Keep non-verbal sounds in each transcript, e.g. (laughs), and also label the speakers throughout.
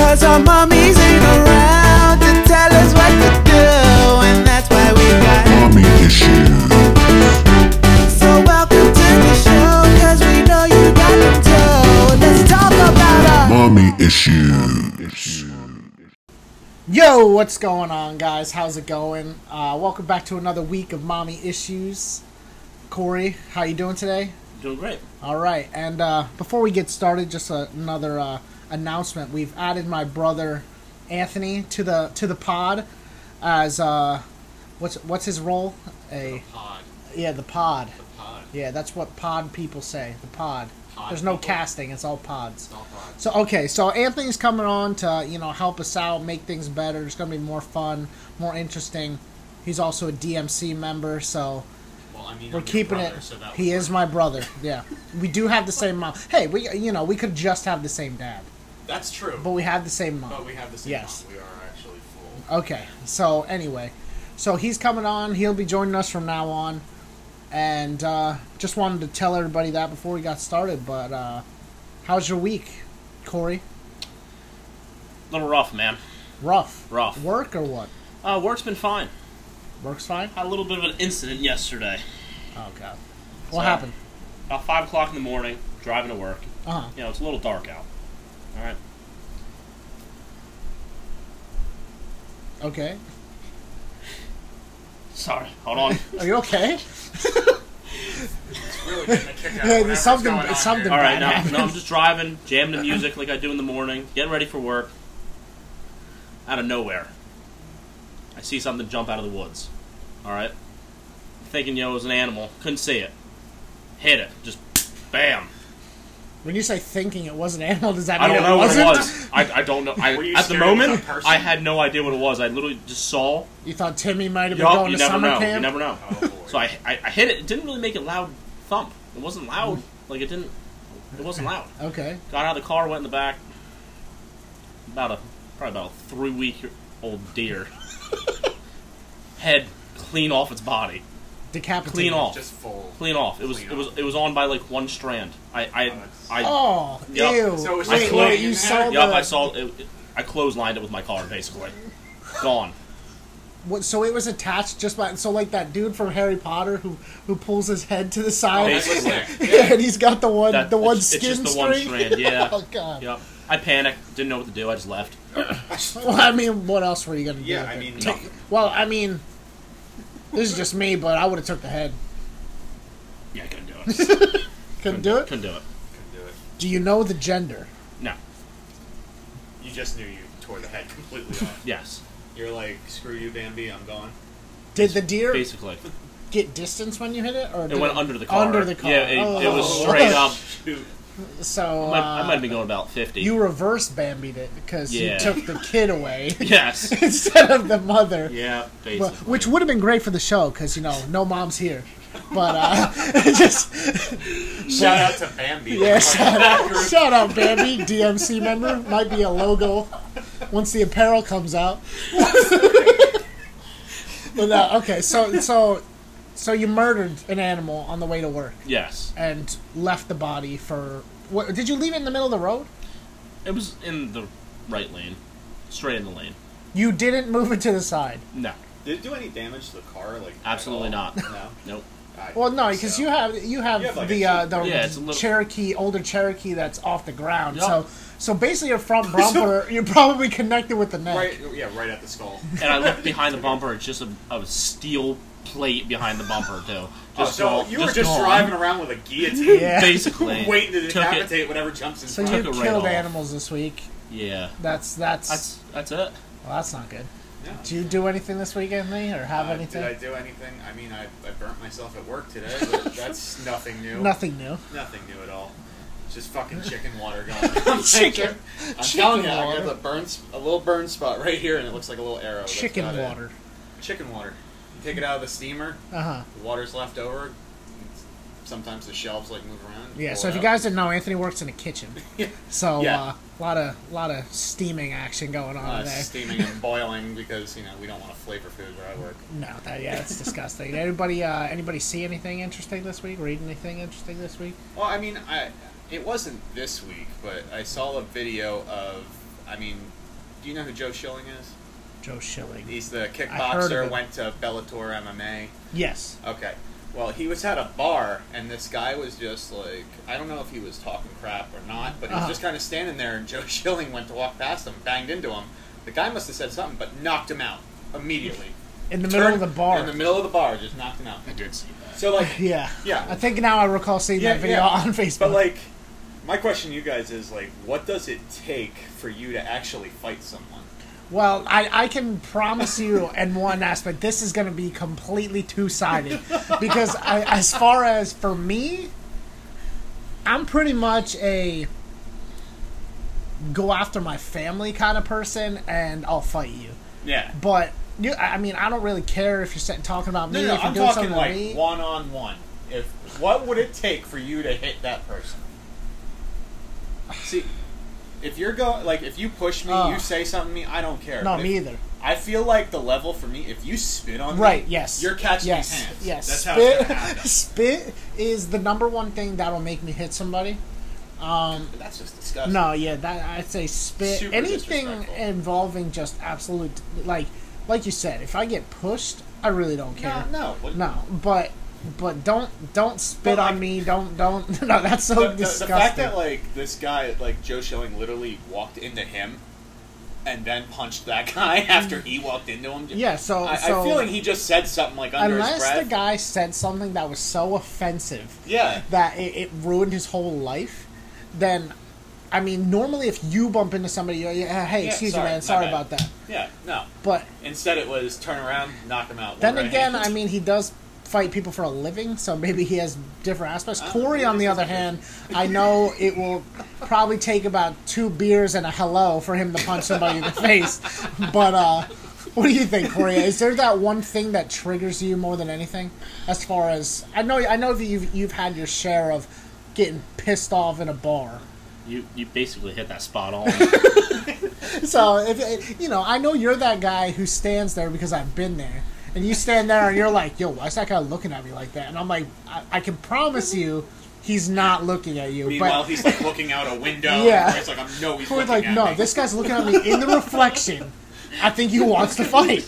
Speaker 1: Cause our mommies ain't around to tell us what to do, and that's why we got
Speaker 2: Mommy issues.
Speaker 1: So welcome to the show, cause we know you got them too. Let's talk about our
Speaker 2: Mommy issues.
Speaker 3: Yo, what's going on, guys? How's it going? Uh, welcome back to another week of Mommy Issues. Corey, how you doing today?
Speaker 4: Doing great.
Speaker 3: All right, and uh, before we get started, just a, another uh, announcement. We've added my brother Anthony to the to the pod as uh, what's what's his role? A
Speaker 4: Pod.
Speaker 3: yeah, the pod.
Speaker 4: Pod.
Speaker 3: Yeah, that's what pod people say. The pod.
Speaker 4: Pod
Speaker 3: There's no
Speaker 4: people.
Speaker 3: casting. It's all pods.
Speaker 4: Not pod.
Speaker 3: So okay, so Anthony's coming on to you know help us out, make things better. It's gonna be more fun, more interesting. He's also a DMC member, so
Speaker 4: Well, I mean,
Speaker 3: we're
Speaker 4: I'm your
Speaker 3: keeping
Speaker 4: brother,
Speaker 3: it.
Speaker 4: So that
Speaker 3: he is my brother. Yeah, we do have the same mom. Hey, we you know we could just have the same dad,
Speaker 4: That's true.
Speaker 3: but we have the same mom.
Speaker 4: But we have the same
Speaker 3: Yes.
Speaker 4: mom. We are actually full.
Speaker 3: Okay. So anyway, so he's coming on. He'll be joining us from now on, and uh, just wanted to tell everybody that before we got started. But uh, how's your week, Corey?
Speaker 5: little rough, man.
Speaker 3: Rough.
Speaker 5: Rough.
Speaker 3: Work or what?
Speaker 5: Uh, work's been fine.
Speaker 3: Works fine.
Speaker 5: Had a little bit of an incident yesterday.
Speaker 3: Oh god. What
Speaker 5: So-
Speaker 3: happened?
Speaker 5: About five o'clock in the morning, driving to work.
Speaker 3: Uh huh.
Speaker 5: You know, it's a little dark out. All right.
Speaker 3: Okay.
Speaker 5: Sorry. Hold on.
Speaker 3: Are you (laughs) okay?
Speaker 4: It's really getting a
Speaker 3: (laughs)
Speaker 4: kick out of
Speaker 3: Yeah,
Speaker 4: whatever's
Speaker 3: something-
Speaker 4: going on
Speaker 3: something-
Speaker 5: All
Speaker 4: here.
Speaker 5: right.
Speaker 3: Bad
Speaker 5: No, no, I'm just driving, jamming to music like I do in the morning, getting ready for work. Out of nowhere, I see something jump out of the woods. All right. Thinking, yo, it was an animal. Couldn't see it. Hit it. Just bam.
Speaker 3: When you say thinking it was an animal, does that
Speaker 5: I
Speaker 3: mean
Speaker 5: don't
Speaker 3: it
Speaker 5: know what
Speaker 3: wasn't?
Speaker 5: it was. I, I don't know. I,
Speaker 4: (laughs) Were you
Speaker 5: at the
Speaker 4: staring at
Speaker 5: moment,
Speaker 4: a person?
Speaker 5: I had no idea what it was. I literally just saw.
Speaker 3: You thought Timmy might have been
Speaker 5: Yup,
Speaker 3: going
Speaker 5: you
Speaker 3: to
Speaker 5: never
Speaker 3: summer
Speaker 5: know.
Speaker 3: camp?
Speaker 5: You never know.
Speaker 4: Oh, boy.
Speaker 5: So I, I, I hit it. It didn't really make a loud thump. It wasn't loud. Like it didn't. It wasn't loud.
Speaker 3: Okay.
Speaker 5: Got out of the car, went in the back. About a probably about a three week old
Speaker 4: (laughs)
Speaker 5: deer. Head clean off its body.
Speaker 3: Decapitated.
Speaker 5: Clean off.
Speaker 4: just full.
Speaker 5: Clean off. It was
Speaker 4: Clean
Speaker 5: it was
Speaker 4: off.
Speaker 5: it was on by like one strand. I I
Speaker 4: that's-
Speaker 5: I,
Speaker 3: Oh,
Speaker 5: Yup.
Speaker 3: ew.
Speaker 4: So it was
Speaker 3: wait,
Speaker 5: just
Speaker 3: wait,
Speaker 4: floating
Speaker 3: you
Speaker 4: in
Speaker 3: saw
Speaker 4: there?
Speaker 3: the...
Speaker 5: yup, I saw it, it- I clotheslined it with my car basically.
Speaker 3: (laughs)
Speaker 5: Gone.
Speaker 3: What, so it was attached just by... So, like, that dude from Harry Potter who, who pulls his head to the side.
Speaker 5: Basically.
Speaker 3: yeah, (laughs) and he's got the one,
Speaker 5: That-
Speaker 3: the one
Speaker 5: it's-
Speaker 3: skin
Speaker 5: it's just the
Speaker 3: string.
Speaker 5: one strand, yeah.
Speaker 3: (laughs) oh, God.
Speaker 5: Yep. I panicked. Didn't know what to do. I just left.
Speaker 3: Well, I mean, what else were you going to do?
Speaker 4: Yeah,
Speaker 3: with
Speaker 4: I
Speaker 3: it?
Speaker 4: mean, nothing.
Speaker 3: Well, I mean... This is just me, but I would have took the head.
Speaker 5: Yeah, I couldn't do it.
Speaker 3: (laughs) Couldn't do it?
Speaker 5: Couldn't do it.
Speaker 4: Couldn't do it.
Speaker 3: Do you know the gender?
Speaker 5: No.
Speaker 4: You just knew you tore the head completely
Speaker 3: (laughs)
Speaker 4: off.
Speaker 5: Yes.
Speaker 4: You're like, screw you, Bambi. I'm gone.
Speaker 3: Did the deer
Speaker 5: Basically.
Speaker 3: get distance when you hit it, or
Speaker 5: It
Speaker 3: did
Speaker 5: went under the car.
Speaker 3: Under the car.
Speaker 5: Yeah, it, it was
Speaker 3: Oh.
Speaker 5: straight um, up.
Speaker 4: Shoot.
Speaker 3: So
Speaker 5: I
Speaker 3: uh,
Speaker 5: might, I might have been going about 50.
Speaker 3: you reverse Bambied it because
Speaker 5: Yeah.
Speaker 3: you took the kid away
Speaker 5: (laughs)
Speaker 3: (laughs)
Speaker 5: Yes.
Speaker 3: instead of the mother,
Speaker 5: yeah, basically.
Speaker 3: But- which would have been great for the show because you know no mom's here. But uh, (laughs) just
Speaker 4: Shout out to Bambi.
Speaker 3: (laughs) yeah, shout out, shout out Bambi, DMC member might be a logo once the apparel comes out. (laughs) but uh, okay, so so so you murdered an animal on the way to work.
Speaker 5: yes.
Speaker 3: and left the body for. What, did you leave it in the middle of the road?
Speaker 5: It was in the right lane. Straight in the lane.
Speaker 3: You didn't move it to the side.
Speaker 5: No.
Speaker 4: (laughs) Did it do any damage to the car? Like at
Speaker 5: Absolutely
Speaker 4: all?
Speaker 3: Oh.
Speaker 5: not.
Speaker 4: No.
Speaker 5: (laughs) Nope.
Speaker 4: I-
Speaker 3: Well, no, because
Speaker 4: so.
Speaker 3: you have you have,
Speaker 4: You have, like,
Speaker 3: the
Speaker 4: a
Speaker 3: uh,
Speaker 4: Jeep.
Speaker 3: the
Speaker 5: Yeah, it's a little-
Speaker 3: Cherokee, older Cherokee that's off the ground.
Speaker 5: Yeah.
Speaker 3: So so basically, your
Speaker 4: (laughs)
Speaker 3: front bumper you're probably connected with the neck.
Speaker 4: Right, yeah, right at the skull.
Speaker 5: And I looked behind the bumper. It's just a, a steel plate behind the bumper, too.
Speaker 4: Oh,
Speaker 5: Just
Speaker 4: so
Speaker 5: go-
Speaker 4: you were just
Speaker 5: go on.
Speaker 4: driving around with a
Speaker 3: (laughs)
Speaker 4: guillotine,
Speaker 3: Yeah.
Speaker 4: (laughs)
Speaker 5: Basically.
Speaker 4: waiting to
Speaker 5: Took it.
Speaker 4: decapitate whatever jumps in
Speaker 3: So
Speaker 4: front.
Speaker 3: you
Speaker 5: Took it right
Speaker 3: killed
Speaker 5: off.
Speaker 3: animals this week.
Speaker 5: Yeah.
Speaker 3: That's that's
Speaker 5: That's, that's it.
Speaker 3: well, that's not good.
Speaker 4: Yeah.
Speaker 3: Do you do anything this weekend, Lee, or have
Speaker 4: Uh,
Speaker 3: anything?
Speaker 4: Did I do anything? I mean, I, I burnt myself at work today,
Speaker 3: (laughs)
Speaker 4: but that's nothing new.
Speaker 3: Nothing new.
Speaker 4: Nothing new at all. It's just fucking chicken
Speaker 3: (laughs)
Speaker 4: water going.
Speaker 3: Chicken-
Speaker 4: I'm I'm
Speaker 3: chicken
Speaker 4: telling you, I
Speaker 3: water.
Speaker 4: got the burns, a little burn spot right here, and it looks like a little arrow. That's
Speaker 3: Chicken
Speaker 4: about it.
Speaker 3: water.
Speaker 4: Chicken water. You take it out of the steamer.
Speaker 3: Uh huh.
Speaker 4: The water's left over. it's- Sometimes the shelves like move around.
Speaker 3: Yeah,
Speaker 4: pull
Speaker 3: so
Speaker 4: it
Speaker 3: if you
Speaker 4: out.
Speaker 3: guys didn't know, Anthony works in a kitchen. So a
Speaker 4: (laughs) Yeah.
Speaker 3: uh, lot of lot of steaming action going on
Speaker 4: Uh,
Speaker 3: in there.
Speaker 4: steaming and boiling because you know we don't want to flavor food where I work.
Speaker 3: no, that, yeah, that's disgusting. Anybody uh, anybody see anything interesting this week? Read anything interesting this week?
Speaker 4: Well, I mean, I it wasn't this week, but I saw a video of I mean Do you know who Joe Schilling is?
Speaker 6: Joe Schilling.
Speaker 4: He's the
Speaker 6: heard of
Speaker 4: kickboxer.
Speaker 6: him.
Speaker 4: Went to Bellator MMA.
Speaker 6: Yes.
Speaker 4: Okay. Well, he was at a bar, and this guy was just like, I don't know if he was talking crap or not, but he was
Speaker 6: Uh-huh.
Speaker 4: just kind of standing there, and (laughs) Joe Schilling went to walk past him, banged into him. The guy must have said something, but knocked him out immediately.
Speaker 3: in the middle of the
Speaker 4: Turned- In
Speaker 3: bar.
Speaker 4: the middle of the bar, just knocked him out. I did see that. So,
Speaker 3: (laughs)
Speaker 4: like,
Speaker 3: yeah,
Speaker 4: Yeah.
Speaker 3: I think now I recall seeing
Speaker 4: Yeah,
Speaker 3: that video
Speaker 4: yeah.
Speaker 3: on Facebook.
Speaker 4: But like, my question to you guys is like, what does it take for you to actually fight someone?
Speaker 3: Well, I, I can promise you in one aspect, this is going to be completely two sided. Because I, as far as for me, I'm pretty much a go after my family kind of person and I'll fight you.
Speaker 4: Yeah.
Speaker 3: But you, I I mean, I don't really care if you're sitting- talking about me,
Speaker 4: No, no,
Speaker 3: if you're
Speaker 4: I'm
Speaker 3: doing
Speaker 4: talking
Speaker 3: something to
Speaker 4: like
Speaker 3: me.
Speaker 4: one on one. If what would it take for you to hit that person? See, if you're going like if you push me,
Speaker 3: Oh.
Speaker 4: you say something to me, I don't care.
Speaker 3: no,
Speaker 4: But
Speaker 3: me
Speaker 4: if-
Speaker 3: either.
Speaker 4: I feel like the level for me, if you spit on me,
Speaker 3: Right, yes.
Speaker 4: you're catching
Speaker 3: yes,
Speaker 4: his hands.
Speaker 3: Yes.
Speaker 4: that's
Speaker 3: spit,
Speaker 4: how it's gonna
Speaker 3: (laughs)
Speaker 4: happen. (laughs)
Speaker 3: spit is the number one thing that'll make me hit somebody.
Speaker 4: But that's just disgusting.
Speaker 3: No, yeah, that I'd say spit
Speaker 4: Super
Speaker 3: anything
Speaker 4: disrespectful.
Speaker 3: involving just absolute like like you said, if I get pushed, I really don't care.
Speaker 4: no, no, what-
Speaker 3: No, but but don't don't spit
Speaker 4: But, like-
Speaker 3: on me. Don't don't (laughs) no, that's so
Speaker 4: the, the- the
Speaker 3: disgusting.
Speaker 4: fact that like this guy, like Joe Schilling, literally walked into him and then punched that (laughs) guy after he walked into him.
Speaker 3: Yeah, so-
Speaker 4: I,
Speaker 3: so-
Speaker 4: I feel like he just said something like under his
Speaker 3: Unless
Speaker 4: breath.
Speaker 3: the guy said something that was so offensive
Speaker 4: yeah,
Speaker 3: that it, it ruined his whole life, then I mean, normally if you bump into somebody, you're, yeah, hey,
Speaker 4: Yeah,
Speaker 3: excuse
Speaker 4: sorry,
Speaker 3: me,
Speaker 4: my
Speaker 3: man, sorry
Speaker 4: bad.
Speaker 3: about that.
Speaker 4: yeah, no.
Speaker 3: But
Speaker 4: Instead, it was turn around, knock him out.
Speaker 3: Then
Speaker 4: one right
Speaker 3: again,
Speaker 4: hand.
Speaker 3: I mean, he does fight people for a living, so maybe he has different aspects.
Speaker 4: I don't
Speaker 3: Corey,
Speaker 4: know,
Speaker 3: on the
Speaker 4: this
Speaker 3: other
Speaker 4: is
Speaker 3: hand, I know it will probably take about two beers and a hello for him to punch somebody in the face. But uh, what do you think, Corey? Is there that one thing that triggers you more than anything? As far as I know, I know that you've you've had your share of getting pissed off in a bar.
Speaker 5: You you basically hit that spot
Speaker 4: (laughs)
Speaker 5: on.
Speaker 3: So if you know, I know you're that guy who stands there because I've been there, and you stand there and you're like, "Yo, why's that guy looking at me like that?" And I'm like, "I, I can promise you, he's not looking at you."
Speaker 4: meanwhile,
Speaker 3: but
Speaker 4: he's like looking out a window.
Speaker 3: (laughs) Yeah.
Speaker 4: where it's like I know he's
Speaker 3: Corey's
Speaker 4: looking
Speaker 3: like,
Speaker 4: at
Speaker 3: "No,
Speaker 4: me.
Speaker 3: this guy's looking at me in the reflection. I think he wants to fight."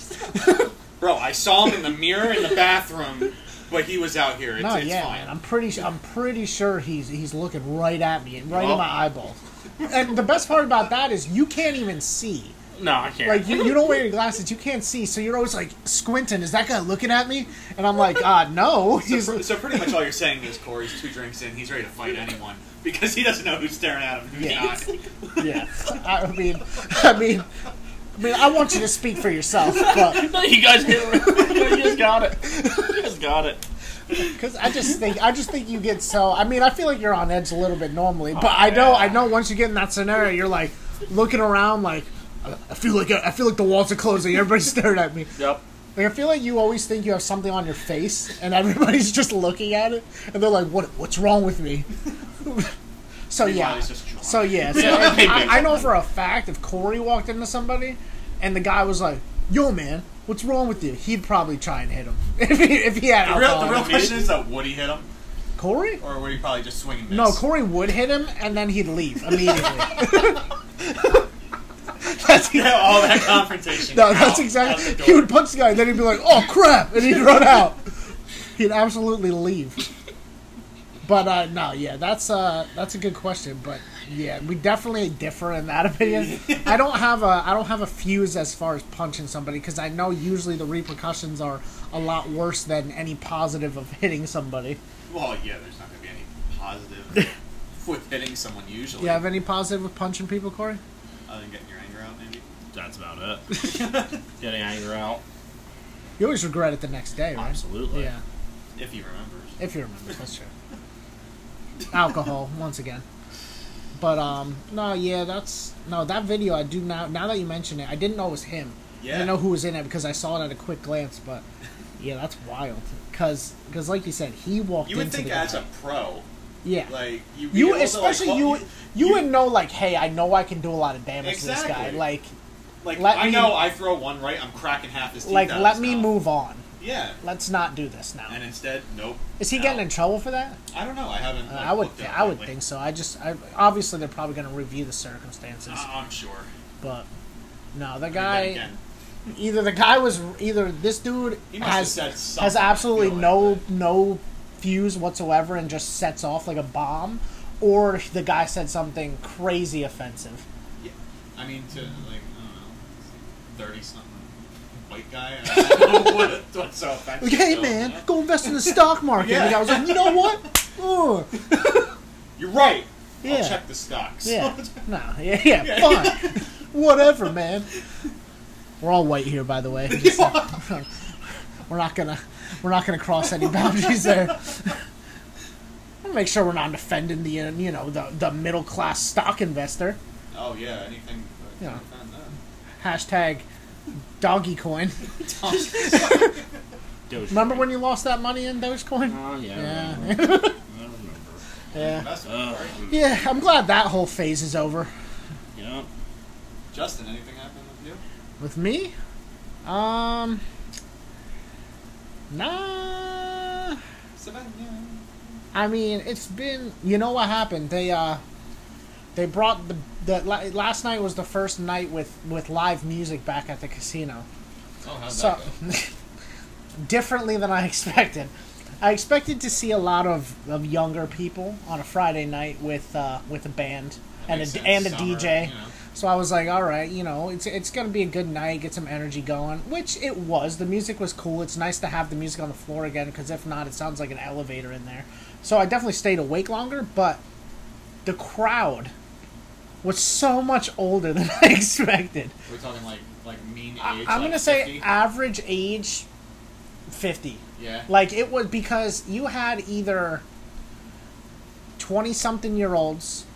Speaker 4: bro. I saw him in the mirror in the bathroom, but he was out here. It's,
Speaker 3: No,
Speaker 4: it's
Speaker 3: yeah,
Speaker 4: fine.
Speaker 3: man, I'm pretty, su- I'm pretty sure he's he's looking right at me and right in
Speaker 5: Well.
Speaker 3: my eyeball. And the best part about that is you can't even see.
Speaker 5: no, I can't.
Speaker 3: Like you, you don't wear your glasses, you can't see, so you're always like squinting. Is that guy looking at me? And I'm like, ah, no. (laughs) He's
Speaker 4: So, so pretty much all you're saying is Corey's two drinks in, he's ready to fight anyone because he doesn't know who's staring at him. and
Speaker 3: Yeah.
Speaker 4: Who's not.
Speaker 3: yeah. I mean, I mean, I mean, I want you to speak for yourself, but
Speaker 5: (laughs) you guys get
Speaker 4: (laughs)
Speaker 5: you just got it. (laughs) You just got it.
Speaker 3: because I just think I just think you get so. I mean, I feel like you're on edge a little bit normally, but I know I know once you get in that scenario, you're like looking around like. I I feel like I feel like the walls are closing. (laughs) Everybody's staring at me.
Speaker 5: Yep.
Speaker 3: Like I feel like you always think you have something on your face, and everybody's (laughs) just looking at it, and they're like, "What? What's wrong with me?" (laughs) so
Speaker 4: Meanwhile,
Speaker 3: yeah,
Speaker 4: he's just drunk.
Speaker 3: so yeah,
Speaker 4: (laughs)
Speaker 3: so if- I, I know for a fact if Corey walked into somebody, and the guy was like, "Yo, man, what's wrong with you?" He'd probably try and hit him (laughs) if he, if he had
Speaker 4: the real,
Speaker 3: alcohol.
Speaker 4: the real question is that would he hit him,
Speaker 3: Corey?
Speaker 4: or would he probably just swing and miss?
Speaker 3: No, Corey would hit him, and then he'd leave immediately. (laughs) That's
Speaker 4: (laughs) Yeah, all that
Speaker 3: (laughs)
Speaker 4: confrontation.
Speaker 3: No, that's
Speaker 4: out,
Speaker 3: exactly.
Speaker 4: out the
Speaker 3: He
Speaker 4: door.
Speaker 3: would punch the guy, and then he'd be like, "Oh crap!" and he'd run out. He'd absolutely leave. But uh, no, yeah, that's uh, that's a good question. But yeah, we definitely differ in that
Speaker 4: (laughs)
Speaker 3: opinion. I don't have a I don't have a fuse as far as punching somebody because I know usually the repercussions are a lot worse than any positive of hitting somebody.
Speaker 4: Well, yeah, there's not going to be any positive
Speaker 3: (laughs)
Speaker 4: with hitting someone usually.
Speaker 3: Do you have any positive with punching people, Corey?
Speaker 4: other than getting your anger out, maybe.
Speaker 5: That's about it.
Speaker 4: (laughs)
Speaker 5: Getting anger out.
Speaker 3: You always regret it the next day, right?
Speaker 5: Absolutely.
Speaker 3: Yeah,
Speaker 4: If he remembers.
Speaker 3: if you remember, that's true. Alcohol, once again. But um, no, yeah, that's no that video. I do now. Now that you mention it, I didn't know it was him. I
Speaker 4: Yeah.
Speaker 3: didn't know who was in it because I saw it at a quick glance. But yeah, that's wild. Cause, cause like you said, he walked.
Speaker 4: You would
Speaker 3: into
Speaker 4: think
Speaker 3: the
Speaker 4: as
Speaker 3: guy.
Speaker 4: a pro,
Speaker 3: yeah.
Speaker 4: like
Speaker 3: you
Speaker 4: you, you'd be able to, like,
Speaker 3: especially
Speaker 4: call-
Speaker 3: you,
Speaker 4: you,
Speaker 3: you would know like, hey, I know I can do a lot of damage to this guy.
Speaker 4: Exactly.
Speaker 3: Like,
Speaker 4: like
Speaker 3: let
Speaker 4: I
Speaker 3: me-
Speaker 4: know I throw one right, I'm cracking half his teeth.
Speaker 3: like
Speaker 4: out of
Speaker 3: let
Speaker 4: his
Speaker 3: me
Speaker 4: mouth.
Speaker 3: move on.
Speaker 4: Yeah,
Speaker 3: Let's not do this now.
Speaker 4: and instead, nope.
Speaker 3: Is he
Speaker 4: out.
Speaker 3: getting in trouble for that?
Speaker 4: I don't know. I haven't.
Speaker 3: Uh,
Speaker 4: like,
Speaker 3: I would,
Speaker 4: looked it up
Speaker 3: I would
Speaker 4: lately.
Speaker 3: think so. I just, I, obviously, they're probably going to review the circumstances,
Speaker 4: I- I'm sure.
Speaker 3: but No, the
Speaker 7: Then
Speaker 3: guy.
Speaker 7: again,
Speaker 3: Either the guy was either this dude
Speaker 7: he must
Speaker 3: has
Speaker 7: have said something.
Speaker 3: has absolutely
Speaker 7: I feel
Speaker 3: no
Speaker 7: like,
Speaker 3: no fuse whatsoever and just sets off like a bomb, or the guy said something crazy offensive.
Speaker 7: but- yeah. I mean, to like I don't know, thirty something white guy. I
Speaker 4: (laughs)
Speaker 7: don't know what, what's so offensive.
Speaker 3: Like,
Speaker 7: to
Speaker 3: hey
Speaker 7: him,
Speaker 3: man,
Speaker 7: you know?
Speaker 3: go invest in the
Speaker 7: (laughs)
Speaker 3: stock market.
Speaker 7: Yeah.
Speaker 3: And the guy was like, you know what?
Speaker 7: (laughs)
Speaker 3: Ugh.
Speaker 7: you're right.
Speaker 3: Yeah.
Speaker 7: I'll check the stocks.
Speaker 4: (laughs)
Speaker 3: Yeah. no. Yeah. Yeah.
Speaker 7: Yeah.
Speaker 3: Fine. Whatever, man. We're all white here, by the way. Just, (laughs) uh, we're not gonna we're not gonna cross any boundaries there. Wanna Make sure we're not offending the uh, you know the, the middle class stock investor.
Speaker 7: oh yeah. Anything. But
Speaker 3: Yeah.
Speaker 7: yeah.
Speaker 3: Hashtag doggy coin.
Speaker 5: Doge.
Speaker 3: Remember when you lost that money in Dogecoin?
Speaker 5: Oh, yeah.
Speaker 3: Yeah.
Speaker 5: I remember. I remember.
Speaker 3: Yeah.
Speaker 7: Investment,
Speaker 5: Ugh.
Speaker 7: right?
Speaker 3: (laughs) Yeah. I'm glad that whole phase is over.
Speaker 5: Yeah.
Speaker 7: Justin, anything happen with you?
Speaker 3: With me? Um. Nah.
Speaker 7: Savannah.
Speaker 3: I mean, it's been you know what happened. They uh, they brought the the la- last night was the first night with with live music back at the casino.
Speaker 7: Oh, how'd
Speaker 3: So
Speaker 7: that go?
Speaker 3: (laughs) differently than I expected. I expected to see a lot of, of younger people on a Friday night with uh, with a band and a,
Speaker 7: Makes sense.
Speaker 3: and a
Speaker 7: Summer,
Speaker 3: DJ.
Speaker 7: you know.
Speaker 3: So I was like, all right, you know, it's it's gonna be a good night, get some energy going, which it was. The music was cool. It's nice to have the music on the floor again because if not, it sounds like an elevator in there. So I definitely stayed awake longer, but the crowd was so much older than (laughs) I expected.
Speaker 7: We're talking like like mean age.
Speaker 3: I, am
Speaker 7: like
Speaker 3: gonna say
Speaker 7: 50?
Speaker 3: average age, fifty.
Speaker 7: yeah.
Speaker 3: Like it was because you had either twenty something year olds,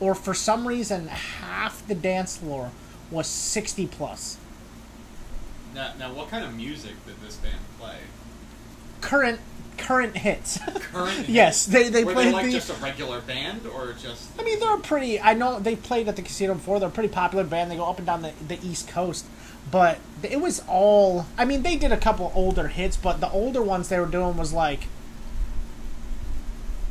Speaker 3: or for some reason half the dance floor was sixty plus.
Speaker 7: Now, now, what kind of music did this band play?
Speaker 3: Current current hits. (laughs)
Speaker 7: Current.
Speaker 3: yes, they they
Speaker 7: Were
Speaker 3: played
Speaker 7: they like
Speaker 3: the.
Speaker 7: just a regular band or just?
Speaker 3: I mean, they're a pretty. I know they played at the casino before. They're a pretty popular band. They go up and down the, the East Coast, but it was all. I mean, they did a couple older hits, but the older ones they were doing was like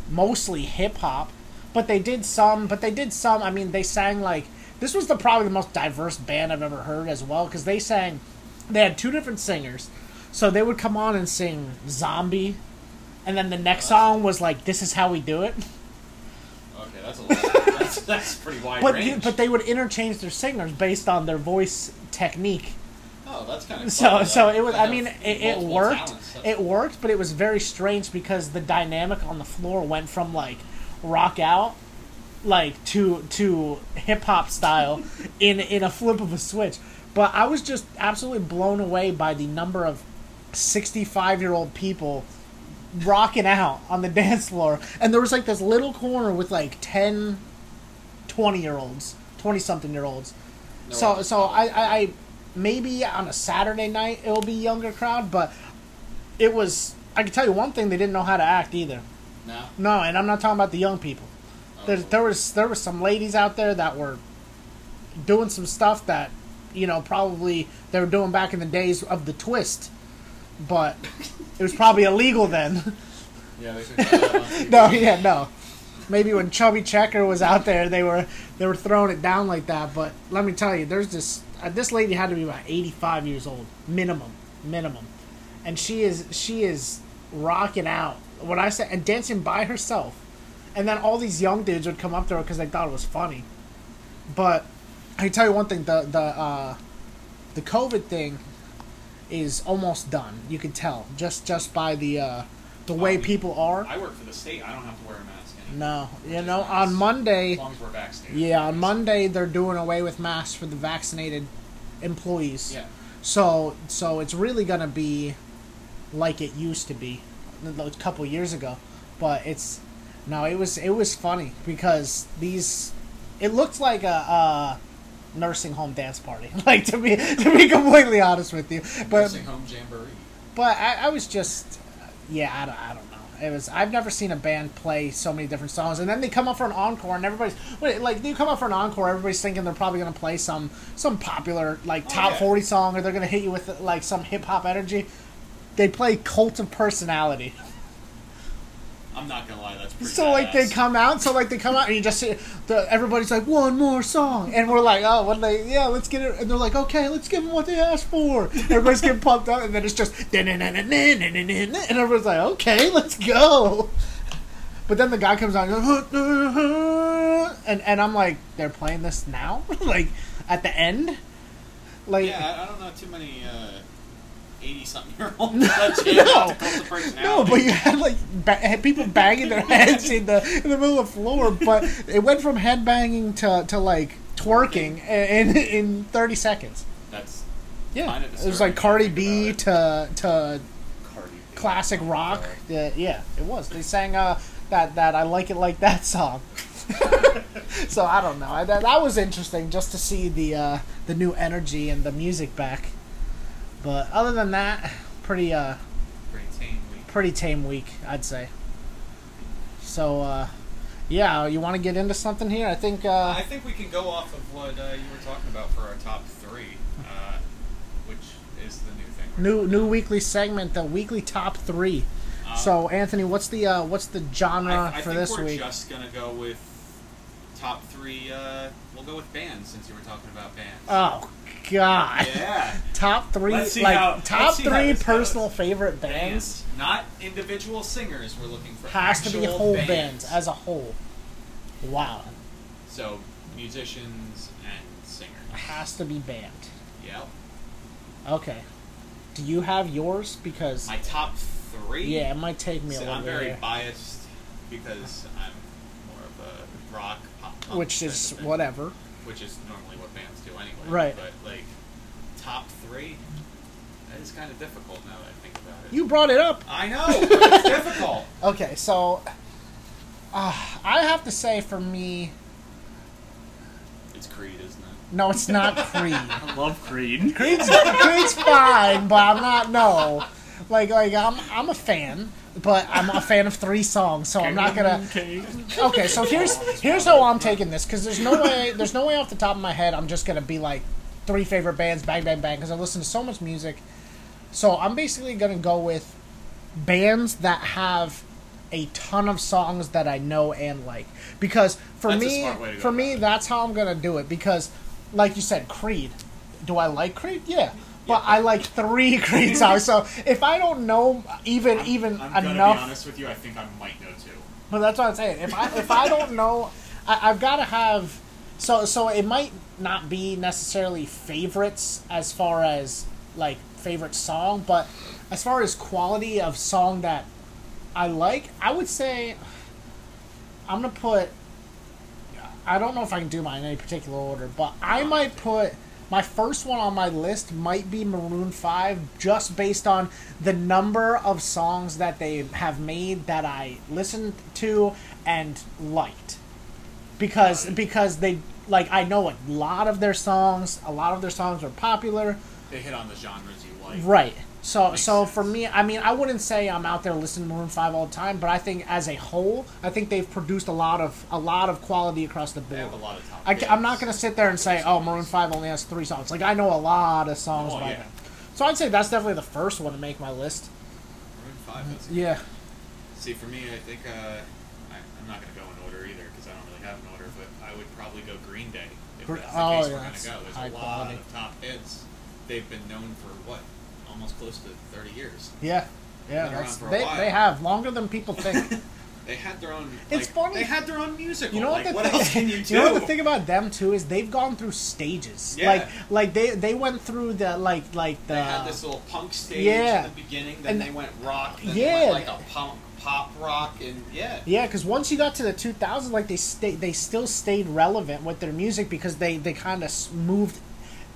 Speaker 3: mostly hip hop. But they did some. But they did some. I mean, they sang like this was the probably the most diverse band I've ever heard as well because they sang. They had two different singers, so they would come on and sing "Zombie," and then the next song was like "This is how we do it."
Speaker 7: Okay,
Speaker 3: (laughs)
Speaker 7: that's a lot. that's, that's pretty wide
Speaker 3: But
Speaker 7: range.
Speaker 3: but they would interchange their singers based on their voice technique.
Speaker 7: oh, that's kind of.
Speaker 3: So so it was. I mean, it, it worked. It worked, but it was very strange because the dynamic on the floor went from like rock out, like to to hip hop style in in a flip of a switch. But I was just absolutely blown away by the number of sixty five year old people rocking out on the (laughs) dance floor and there was like this little corner with like 10 20 year olds 20 something year olds so so I, I i maybe on a saturday night it'll be younger crowd but it was i can tell you one thing they didn't know how to act either
Speaker 7: No.
Speaker 3: no and i'm not talking about the young people there, there was there was some ladies out there that were doing some stuff that you know probably they were doing back in the days of the twist but it was probably illegal then (laughs)
Speaker 7: Yeah. They should have that
Speaker 3: no, (laughs) yeah, no. Maybe when Chubby Checker was out there, they were they were throwing it down like that. But let me tell you, there's this uh, this lady had to be about 85 years old minimum, minimum, and she is she is rocking out. When I say and dancing by herself, and then all these young dudes would come up to her because they thought it was funny. But I tell you one thing: the the uh, the COVID thing is almost done. You can tell just just by the uh, the way
Speaker 7: Oh, yeah.
Speaker 3: people are.
Speaker 7: on. I work for the state. I don't have to wear a mask. Anymore,
Speaker 3: No, you know, on Monday,
Speaker 7: as long as we're vaccinated.
Speaker 3: yeah, on Monday they're doing away with masks for the vaccinated employees.
Speaker 7: Yeah.
Speaker 3: So, so it's really gonna be like it used to be a couple years ago, but it's no, it was it was funny because these, it looked like a. a nursing home dance party (laughs) like to be to be completely honest with you but
Speaker 7: Nursing home jamboree.
Speaker 3: but I, I was just, yeah, I don't, I don't know. It was I've never seen a band play so many different songs, and then they come up for an encore, and everybody's wait, like they come up for an encore, everybody's thinking they're probably gonna play some some popular like top
Speaker 7: yeah.
Speaker 3: forty song, or they're gonna hit you with like some hip hop energy. They play Cult of Personality.
Speaker 4: I'm not gonna lie, that's pretty.
Speaker 3: So like they
Speaker 4: badass.
Speaker 3: come out, so like they come out, and you just see the everybody's like one more song, and we're like, oh, what? They yeah, let's get it, and they're like, okay, let's give them what they asked for. Everybody's getting pumped up, and then it's just and everyone's like, okay, let's go. But then the guy comes on, and, goes, and and I'm like, they're playing this now, (laughs) like at the end, like
Speaker 4: Yeah, I, I don't know too many uh,
Speaker 3: (laughs)
Speaker 4: eighty-something-year-olds that jam out to cult of personality.
Speaker 3: No, but you had like ba- had people banging their heads in the in the middle of the floor. But it went from head banging to, to like twerking in in thirty seconds.
Speaker 4: that's
Speaker 3: Yeah,
Speaker 4: Kinda
Speaker 3: it was like
Speaker 4: disturbing
Speaker 3: Cardi
Speaker 4: if you
Speaker 3: B
Speaker 4: think
Speaker 3: to to
Speaker 4: Cardi. B.
Speaker 3: classic rock. Yeah, yeah, it was. They sang uh, that that I like it like that song. (laughs) so I don't know. I, that, that was interesting just to see the uh, the new energy and the music back. But other than that, pretty uh,
Speaker 4: Pretty tame week.
Speaker 3: pretty tame week, I'd say. So, uh, yeah, you want to get into something here? I think. Uh,
Speaker 8: I think we can go off of what uh, you were talking about for our top three, uh, which is the new thing. we're
Speaker 3: New new weekly segment, the weekly top three.
Speaker 4: Uh,
Speaker 3: so Anthony, what's the uh, what's the genre
Speaker 4: I, I
Speaker 3: for
Speaker 4: think
Speaker 3: this
Speaker 4: we're
Speaker 3: week?
Speaker 4: just gonna go with top three. Uh, we'll go with bands since you were talking about bands.
Speaker 3: Oh God!
Speaker 4: yeah,
Speaker 3: Top 3
Speaker 4: Let's see
Speaker 3: like
Speaker 4: how- let's
Speaker 3: top
Speaker 4: see how
Speaker 3: three
Speaker 4: this goes.
Speaker 3: personal favorite bands
Speaker 4: bands, not individual singers. We're looking for
Speaker 3: has to be
Speaker 4: actual
Speaker 3: whole bands as a whole. Wow,
Speaker 4: so musicians and singers.
Speaker 3: has to be band.
Speaker 4: Yep.
Speaker 3: Okay. Do you have yours? Because
Speaker 4: My top three.
Speaker 3: yeah, it might take me a
Speaker 4: So
Speaker 3: little
Speaker 4: I'm very
Speaker 3: bit.
Speaker 4: biased because I'm more of a rock pop. punk
Speaker 3: Which
Speaker 4: type
Speaker 3: is
Speaker 4: of thing,
Speaker 3: whatever.
Speaker 4: Which is normally what bands do anyway.
Speaker 3: Right.
Speaker 4: But like top three, that is kind of difficult now that I think about it.
Speaker 3: You brought it up.
Speaker 4: I know,
Speaker 3: (laughs)
Speaker 4: but it's difficult.
Speaker 3: Okay, so uh, I have to say for me,
Speaker 4: It's Creed, isn't it?
Speaker 3: no, it's (laughs) not Creed.
Speaker 5: I love Creed.
Speaker 3: Creed's, Creed's fine, but I'm not no. Like like I'm I'm a fan, but I'm a fan of three songs, so I'm not gonna.
Speaker 5: Okay.
Speaker 3: Okay, so here's here's how I'm taking this because there's no way there's no way off the top of my head I'm just gonna be like three favorite bands bang bang bang because I listen to so much music. So I'm basically gonna go with bands that have a ton of songs that I know and like because for
Speaker 4: That's a
Speaker 3: me
Speaker 4: smart way to go
Speaker 3: for
Speaker 4: about
Speaker 3: me
Speaker 4: it.
Speaker 3: that's how I'm gonna do it because like you said Creed do I like Creed yeah but I like three (laughs) Creed songs so if I don't know even even
Speaker 4: I'm gonna
Speaker 3: enough
Speaker 4: be honest with you. I think I might know two.
Speaker 3: well, that's what I'm saying. If I if I don't know, I, I've got to have. So so it might not be necessarily favorites as far as like favorite song, but as far as quality of song that I like, I would say I'm gonna put. I don't know if I can do mine in any particular order, but I might put my first one on my list might be Maroon Five, just based on the number of songs that they have made that I listened to and liked, because because they like I know a lot of their songs. A lot of their songs are popular.
Speaker 4: They hit on the genres you like.
Speaker 3: Right. So
Speaker 4: Makes
Speaker 3: so
Speaker 4: sense.
Speaker 3: for me, I mean, I wouldn't say I'm out there listening to Maroon Five all the time, but I think as a whole, I think they've produced a lot of a lot of quality across the
Speaker 4: They
Speaker 3: board.
Speaker 4: have a lot of top.
Speaker 3: I, am not
Speaker 4: hits.
Speaker 3: gonna sit there and say, oh, Maroon Five only has three songs. Like I know a lot of songs
Speaker 4: Oh,
Speaker 3: by
Speaker 4: yeah.
Speaker 3: them. So I'd say that's definitely the first one to make my list.
Speaker 4: Maroon Five. That's a
Speaker 3: Yeah.
Speaker 4: See, for me, I think uh, I, I'm not going to go in order either because I don't really have an order, but I would probably go Green Day if
Speaker 3: Gre-
Speaker 4: that's the
Speaker 3: oh,
Speaker 4: case
Speaker 3: yeah,
Speaker 4: we're going
Speaker 3: that's
Speaker 4: to go. There's
Speaker 3: high
Speaker 4: a lot
Speaker 3: quality.
Speaker 4: of top hits. They've been known for what? Almost close to 30 years.
Speaker 3: Yeah. Yeah.
Speaker 4: around
Speaker 3: That's,
Speaker 4: for a
Speaker 3: they
Speaker 4: while.
Speaker 3: they have longer than people think.
Speaker 4: (laughs) They had their own.
Speaker 3: It's
Speaker 4: like,
Speaker 3: funny.
Speaker 4: They had their own musical.
Speaker 3: You know
Speaker 4: like,
Speaker 3: what the
Speaker 4: what
Speaker 3: thing,
Speaker 4: else
Speaker 3: (laughs)
Speaker 4: can you do?
Speaker 3: know what the thing about them too is they've gone through stages.
Speaker 4: Yeah.
Speaker 3: Like like they they went through the like like the
Speaker 4: They had this little punk stage
Speaker 3: yeah.
Speaker 4: in the beginning, then
Speaker 3: And-
Speaker 4: they went rock, then
Speaker 3: Yeah.
Speaker 4: they went like a punk pop rock, and yeah.
Speaker 3: Yeah, because once you got to the 2000s, like they stayed, they still stayed relevant with their music because they they kind of moved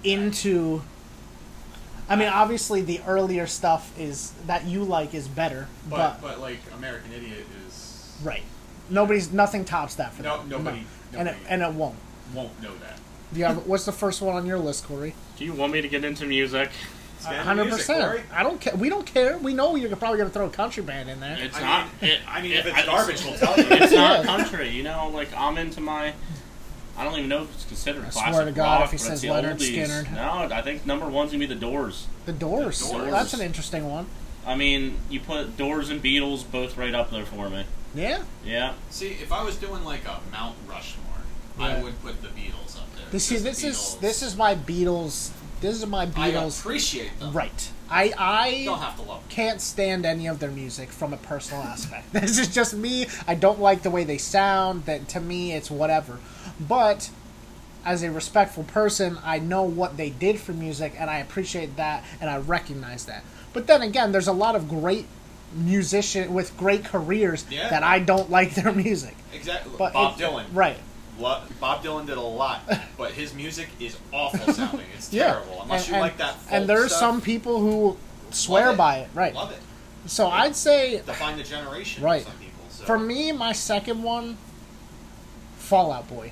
Speaker 3: into. I mean, obviously, the earlier stuff is that you like is better, but,
Speaker 4: But, but like American Idiot is
Speaker 3: right, nobody's nothing tops that for
Speaker 4: No-
Speaker 3: them.
Speaker 4: nobody-
Speaker 3: and it,
Speaker 4: nobody.
Speaker 3: and it won't.
Speaker 4: won't know that.
Speaker 3: Do you have what's the first one on your list, Corey?
Speaker 5: Do you want me to get into music?
Speaker 4: Stand the
Speaker 3: Hundred
Speaker 4: music, Corey.
Speaker 3: percent. I don't care. We don't care. We know you're probably gonna throw a country band in there.
Speaker 5: It's
Speaker 4: I
Speaker 5: not.
Speaker 4: mean,
Speaker 5: it-
Speaker 4: I mean,
Speaker 5: it-
Speaker 4: if it's garbage, we'll tell you.
Speaker 5: It's not
Speaker 3: Yeah.
Speaker 5: country, you know. Like I'm into my. I don't even know if it's considered
Speaker 3: I
Speaker 5: classic
Speaker 3: swear to God,
Speaker 5: rock,
Speaker 3: if he
Speaker 5: but
Speaker 3: says
Speaker 5: it's the
Speaker 3: Leonard
Speaker 5: oldies.
Speaker 3: Skinner.
Speaker 5: No, I think number one's gonna be the Doors.
Speaker 3: The Doors.
Speaker 5: The Doors.
Speaker 3: That's an interesting one.
Speaker 5: I mean, you put Doors and Beatles both right up there for me.
Speaker 3: Yeah.
Speaker 5: Yeah.
Speaker 4: (laughs) See, if I was doing like a Mount Rushmore,
Speaker 3: Yeah.
Speaker 4: I would put the Beatles up there.
Speaker 3: This, see,
Speaker 4: because the
Speaker 3: this is
Speaker 4: Beatles-
Speaker 3: this is my Beatles. This is my
Speaker 4: I
Speaker 3: Beatles.
Speaker 4: appreciate them.
Speaker 3: Right. I I
Speaker 4: You don't have to love them.
Speaker 3: can't stand any of their music from a personal aspect. (laughs) this is just me. I don't like the way they sound. That to me, it's whatever. But as a respectful person, I know what they did for music, and I appreciate that, and I recognize that. But then again, there's a lot of great musician with great careers
Speaker 4: Yeah.
Speaker 3: that I don't (laughs) like their music.
Speaker 4: Exactly.
Speaker 3: But
Speaker 4: Bob
Speaker 3: it-
Speaker 4: Dylan.
Speaker 3: right?
Speaker 4: Lo- Bob Dylan did
Speaker 3: (laughs)
Speaker 4: a lot, but his music is awful sounding. It's
Speaker 3: Yeah.
Speaker 4: terrible. Unless
Speaker 3: And-
Speaker 4: you
Speaker 3: and-
Speaker 4: like that. Folk
Speaker 3: And there's
Speaker 4: stuff,
Speaker 3: some people who swear
Speaker 4: Love it.
Speaker 3: by it, right?
Speaker 4: Love it.
Speaker 3: So I'd say
Speaker 4: Define the generation.
Speaker 3: Right.
Speaker 4: For some people. So.
Speaker 3: For me, my second one, Fallout Boy,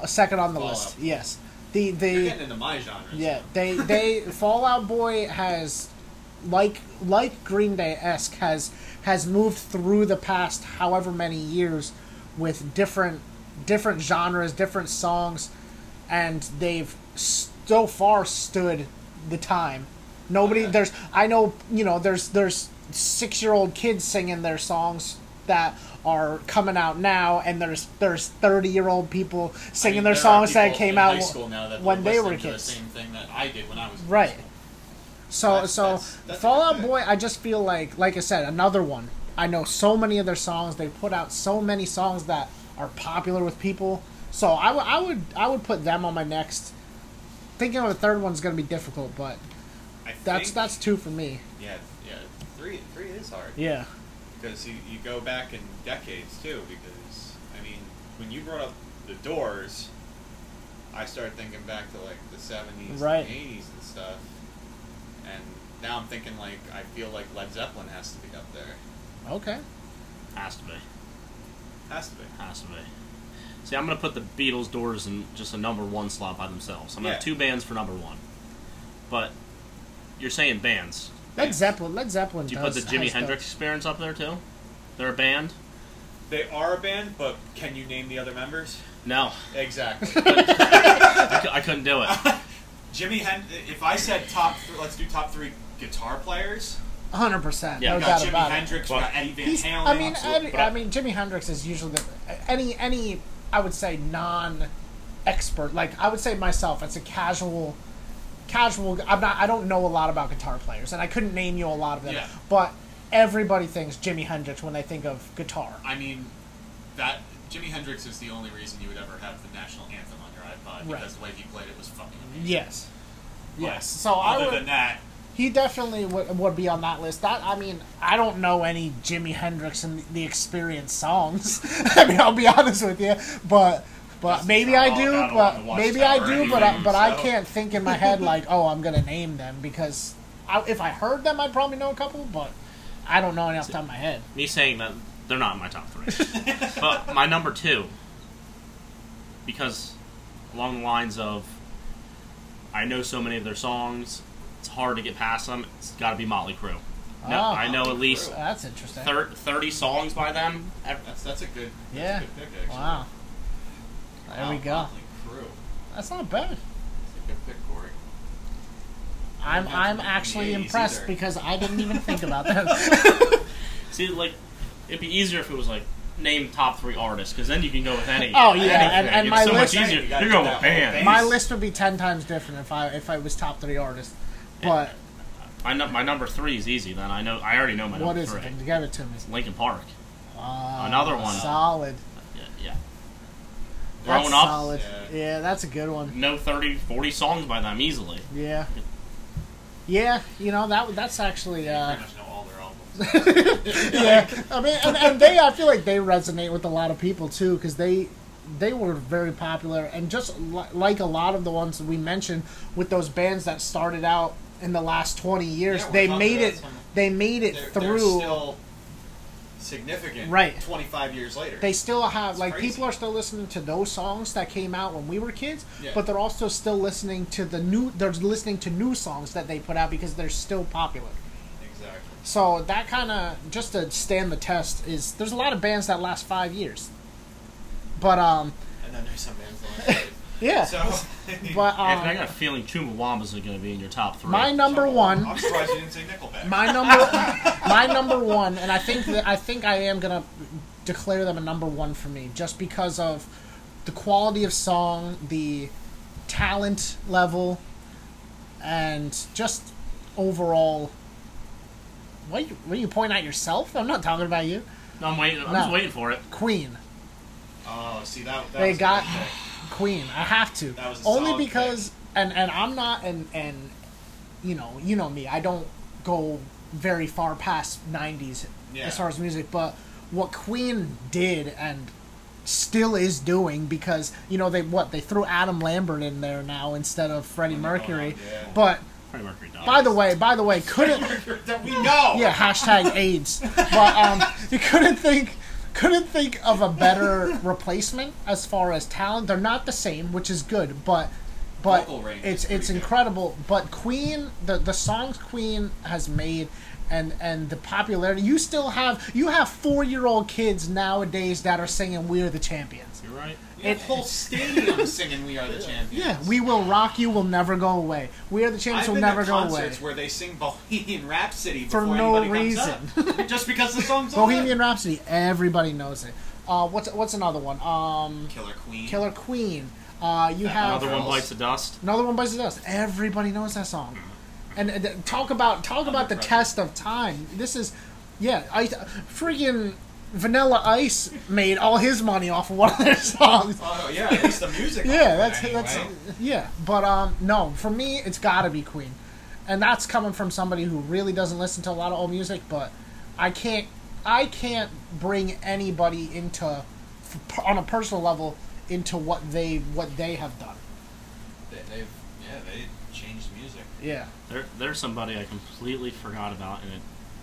Speaker 3: Uh, second on the
Speaker 4: Fall
Speaker 3: list.
Speaker 4: Out
Speaker 3: Yes, the
Speaker 4: You're
Speaker 3: the
Speaker 4: getting into my genre.
Speaker 3: yeah they they Fallout Boy has like like Green Day esque has has moved through the past however many years with different different genres, different songs, and they've so far stood the time. Nobody
Speaker 4: Okay.
Speaker 3: there's I know you know there's there's six year old kids singing their songs that are coming out now and there's there's 30 year old people
Speaker 4: I
Speaker 3: singing
Speaker 4: mean,
Speaker 3: their
Speaker 4: there are
Speaker 3: songs that
Speaker 4: people
Speaker 3: came
Speaker 4: in
Speaker 3: out
Speaker 4: high school now that
Speaker 3: when
Speaker 4: were
Speaker 3: they
Speaker 4: listening
Speaker 3: were
Speaker 4: to
Speaker 3: kids.
Speaker 4: The same thing that I did when I was in
Speaker 3: Right.
Speaker 4: high school.
Speaker 3: So
Speaker 4: That's-
Speaker 3: so
Speaker 4: that's- that's
Speaker 3: Fallout
Speaker 4: good.
Speaker 3: Boy, I just feel like like I said, another one. I know so many of their songs. They put out so many songs that are popular with people. So I would I would I would put them on my next. Thinking of a third one's gonna be difficult, but
Speaker 4: I
Speaker 3: that's
Speaker 4: think-
Speaker 3: that's two for me.
Speaker 4: Yeah, yeah. Three, three is hard.
Speaker 3: Yeah.
Speaker 4: because you, you go back in decades too. Because I mean, when you brought up the Doors, I started thinking back to like the seventies,
Speaker 3: Right.
Speaker 4: and eighties, and stuff. And now I'm thinking like I feel like Led Zeppelin has to be up there.
Speaker 3: Okay.
Speaker 5: Has to be.
Speaker 4: Has to be.
Speaker 5: Has to be. See, I'm gonna put the Beatles, Doors, in just a number one slot by themselves. I'm gonna have
Speaker 4: Yeah.
Speaker 5: two bands for number one. But you're saying bands.
Speaker 3: Led Zeppelin. Led Zeppelin.
Speaker 5: Do you put
Speaker 3: does,
Speaker 5: the Jimi
Speaker 3: has
Speaker 5: Hendrix
Speaker 3: those.
Speaker 5: Experience up there too? They're a band.
Speaker 4: They are a band, but can you name the other members?
Speaker 5: No,
Speaker 4: Exactly.
Speaker 3: (laughs)
Speaker 5: I, cou- I couldn't do it.
Speaker 4: Jimmy Hen. If I said top, th- let's do top three guitar players.
Speaker 3: Hundred percent.
Speaker 5: Yeah,
Speaker 3: no
Speaker 4: got
Speaker 3: doubt
Speaker 4: Jimi
Speaker 3: about it.
Speaker 4: Hendrix,
Speaker 5: Well,
Speaker 4: got Eddie Van
Speaker 3: He's,
Speaker 4: Halen.
Speaker 3: I mean,
Speaker 4: absolutely.
Speaker 3: I, I mean, Jimi Hendrix is usually the any any I would say non expert. Like I would say myself, it's a casual, casual. I'm not. I don't know a lot about guitar players, and I couldn't name you a lot of them.
Speaker 4: Yeah.
Speaker 3: But everybody thinks Jimi Hendrix when they think of guitar.
Speaker 4: I mean, that Jimi Hendrix is the only reason you would ever have the national anthem on your iPod
Speaker 3: Right.
Speaker 4: because the way he played it was fucking amazing.
Speaker 3: Yes.
Speaker 4: But
Speaker 3: Yes. So I
Speaker 4: other
Speaker 3: would.
Speaker 4: than that,
Speaker 3: He definitely would, would be on that list. That I mean, I don't know any Jimi Hendrix and the Experience songs. (laughs) I mean, I'll be honest with you, but but
Speaker 4: That's
Speaker 3: maybe
Speaker 4: not
Speaker 3: I
Speaker 4: all
Speaker 3: do,
Speaker 4: about on
Speaker 3: but
Speaker 4: the Watchtower
Speaker 3: maybe I do, but I,
Speaker 4: anyway,
Speaker 3: but I
Speaker 4: so.
Speaker 3: can't think in my head like, (laughs) oh, I'm gonna name them because I, if I heard them, I'd probably know a couple, but I don't know any off the top of my head.
Speaker 5: Me saying that they're not in my top three, but my number two, because along the lines of I know so many of their songs, it's hard to get past them. It's got to be Motley Crue. No,
Speaker 3: Ah.
Speaker 5: I know at least
Speaker 3: That's interesting.
Speaker 5: thir- thirty songs by them. Ev-
Speaker 4: that's that's a good that's
Speaker 3: Yeah.
Speaker 4: a good pick actually.
Speaker 3: Wow, there
Speaker 4: Wow,
Speaker 3: we go.
Speaker 4: Motley Crue.
Speaker 3: that's not bad.
Speaker 4: That's a good pick, Corey.
Speaker 3: I'm
Speaker 4: have
Speaker 3: I'm
Speaker 4: to name
Speaker 3: actually
Speaker 4: these
Speaker 3: impressed
Speaker 4: either.
Speaker 3: because I didn't even think
Speaker 4: (laughs)
Speaker 3: about them.
Speaker 5: See, like it'd be easier if it was like name top three artists, because then you can go with any.
Speaker 3: Oh, yeah, and-
Speaker 5: anything.
Speaker 3: and
Speaker 5: it's
Speaker 3: my
Speaker 5: so
Speaker 3: list-
Speaker 5: much easier.
Speaker 4: You
Speaker 5: You
Speaker 4: gotta
Speaker 5: are
Speaker 4: get
Speaker 5: going with
Speaker 4: that whole
Speaker 5: bands.
Speaker 4: thing.
Speaker 3: My list would be ten times different if I if I was top three artists. But
Speaker 5: My, num- my number three is easy. Then I know I already know my
Speaker 3: what
Speaker 5: number
Speaker 3: is
Speaker 5: three.
Speaker 3: it? Give it to me.
Speaker 5: Lincoln Park.
Speaker 3: Uh,
Speaker 5: Another one.
Speaker 3: Solid.
Speaker 5: Yeah, yeah.
Speaker 3: That's
Speaker 5: Growing up,
Speaker 3: solid.
Speaker 4: Yeah.
Speaker 3: Yeah. that's a good one.
Speaker 5: no 30, 40 songs by them easily.
Speaker 3: Yeah. Yeah, you know that that's actually.
Speaker 4: I
Speaker 3: Uh,
Speaker 4: pretty much know all their albums.
Speaker 3: yeah, I mean, and, and they I feel like they resonate with a lot of people too because they they were very popular and just li- like a lot of the ones that we mentioned with those bands that started out in the last twenty years,
Speaker 4: Yeah, we're
Speaker 3: they
Speaker 4: talking
Speaker 3: made
Speaker 4: about
Speaker 3: it.
Speaker 4: some-
Speaker 3: They made it
Speaker 4: They're, they're
Speaker 3: through.
Speaker 4: still significant.
Speaker 3: Right.
Speaker 4: Twenty five years later.
Speaker 3: they still have like
Speaker 4: crazy.
Speaker 3: people are still listening to those songs that came out when we were kids
Speaker 4: Yeah.
Speaker 3: but they're also still listening to the new they're listening to new songs that they put out because they're still popular
Speaker 4: exactly.
Speaker 3: so that kind of just to stand the test is there's a lot of bands that last five years but um
Speaker 4: And then there's some bands like
Speaker 3: Yeah.
Speaker 4: So,
Speaker 3: (laughs) But
Speaker 5: Anthony, I
Speaker 3: um,
Speaker 5: got a feeling Chumbawamba's is going to be in your top three.
Speaker 3: my number one,
Speaker 4: I'm surprised you didn't say Nickelback.
Speaker 3: my number, my number one, and I think that I think I am gonna declare them a number one for me, just because of the quality of song, the talent level, and just overall. What you, what you point at yourself? I'm not talking about you.
Speaker 5: No, I'm waiting. I'm
Speaker 3: No.
Speaker 5: just waiting for it.
Speaker 3: Queen.
Speaker 4: oh, see that. that
Speaker 3: They
Speaker 4: was a
Speaker 3: got-
Speaker 4: good pick.
Speaker 3: Queen. I have to.
Speaker 4: That was a
Speaker 3: Only
Speaker 4: solid
Speaker 3: because and and I'm not and and you know, you know me. I don't go very far past 90s
Speaker 4: Yeah.
Speaker 3: as far as music, but what Queen did and still is doing because you know they what they threw Adam Lambert in there now instead of Freddie Mercury.
Speaker 4: yeah.
Speaker 3: But
Speaker 5: Freddie Mercury died.
Speaker 3: by the way, by the way, couldn't
Speaker 4: (laughs) that we know.
Speaker 3: yeah, hashtag AIDS. But
Speaker 4: (laughs)
Speaker 3: um, you couldn't think couldn't think of a better replacement as far as talent. They're not the same, which is good, but but
Speaker 4: Vocal range
Speaker 3: it's
Speaker 4: is pretty
Speaker 3: it's
Speaker 4: good.
Speaker 3: incredible. But Queen, the the songs Queen has made. And, and the popularity you still have you have four year old kids nowadays that are singing "We Are the Champions."
Speaker 5: you're right.
Speaker 4: We have whole stadium singing "We Are the Champions."
Speaker 3: Yeah, we will rock you. Will never go away. We are the
Speaker 4: I've
Speaker 3: champions.
Speaker 4: been
Speaker 3: Will never
Speaker 4: to
Speaker 3: go away.
Speaker 4: concerts where they sing Bohemian Rhapsody
Speaker 3: For
Speaker 4: before
Speaker 3: no
Speaker 4: anybody comes up. (laughs) just because the song's on
Speaker 3: Bohemian Rhapsody. Everybody knows it. Uh, what's what's another one? Um,
Speaker 4: it. Killer Queen.
Speaker 3: Killer Queen. Uh, you have
Speaker 5: Another one bites the dust.
Speaker 3: another one bites the dust. Everybody knows that song. And uh, th- talk about talk about the
Speaker 4: pressure.
Speaker 3: test of time. This is, yeah, I freaking Vanilla Ice made all his money off of one of their (laughs) songs.
Speaker 4: Oh yeah, at least the
Speaker 3: (laughs)
Speaker 4: music.
Speaker 3: Yeah,
Speaker 4: on it
Speaker 3: that's
Speaker 4: anyway.
Speaker 3: that's yeah. But um, no, for me, it's gotta be Queen, and that's coming from somebody who really doesn't listen to a lot of old music. But I can't, I can't bring anybody into, f- on a personal level, into what they what they have done.
Speaker 4: They, they've yeah they changed music.
Speaker 3: Yeah,
Speaker 5: There, there's somebody I completely forgot about, and it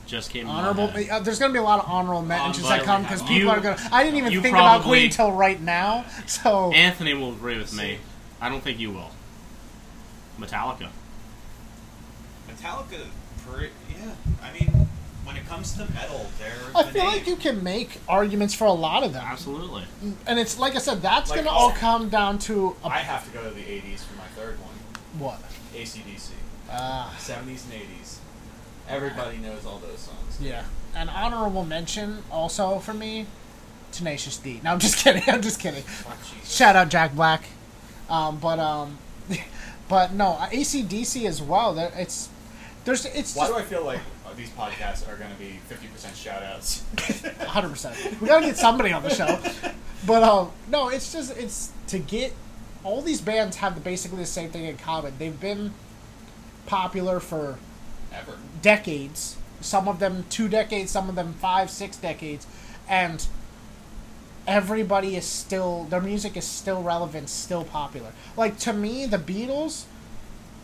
Speaker 5: just came. to my
Speaker 3: honorable.
Speaker 5: head.
Speaker 3: Uh, there's gonna be a lot of honorable mentions that
Speaker 5: Honorable
Speaker 3: come because
Speaker 5: mentions.
Speaker 3: people are
Speaker 5: You-
Speaker 3: gonna. I didn't even
Speaker 5: you
Speaker 3: think about
Speaker 5: probably-
Speaker 3: Queen till right now. So
Speaker 5: Anthony will agree with me. I don't think you will. Metallica.
Speaker 4: Metallica, pretty, yeah. I mean, when it comes to metal, they're.
Speaker 3: I
Speaker 4: the
Speaker 3: feel like
Speaker 4: name.
Speaker 3: you can make arguments for a lot of them.
Speaker 5: Absolutely.
Speaker 3: and it's like I said, that's
Speaker 4: Like,
Speaker 3: gonna all
Speaker 4: oh.
Speaker 3: come down to a
Speaker 4: I have to go to the '80s for my third one.
Speaker 3: what?
Speaker 4: ACDC,
Speaker 3: Ah,
Speaker 4: '70s and '80s. Everybody knows all those songs.
Speaker 3: yeah. An honorable mention also for me, Tenacious D. No, I'm just (laughs) kidding. I'm just kidding.
Speaker 4: Fuck Jesus.
Speaker 3: Shout out Jack Black. Um, but um, (laughs) but no, ACDC as well. There, it's there's it's
Speaker 4: Why do I feel like uh, these podcasts are going to be 50% shout outs?
Speaker 3: 100. percent We gotta get somebody on the show. But um, no, it's just it's to get all these bands have basically the same thing in common. They've been popular for
Speaker 4: Ever.
Speaker 3: decades. Some of them two decades, some of them five, six decades, and everybody is still their music is still relevant, still popular. Like to me, the Beatles,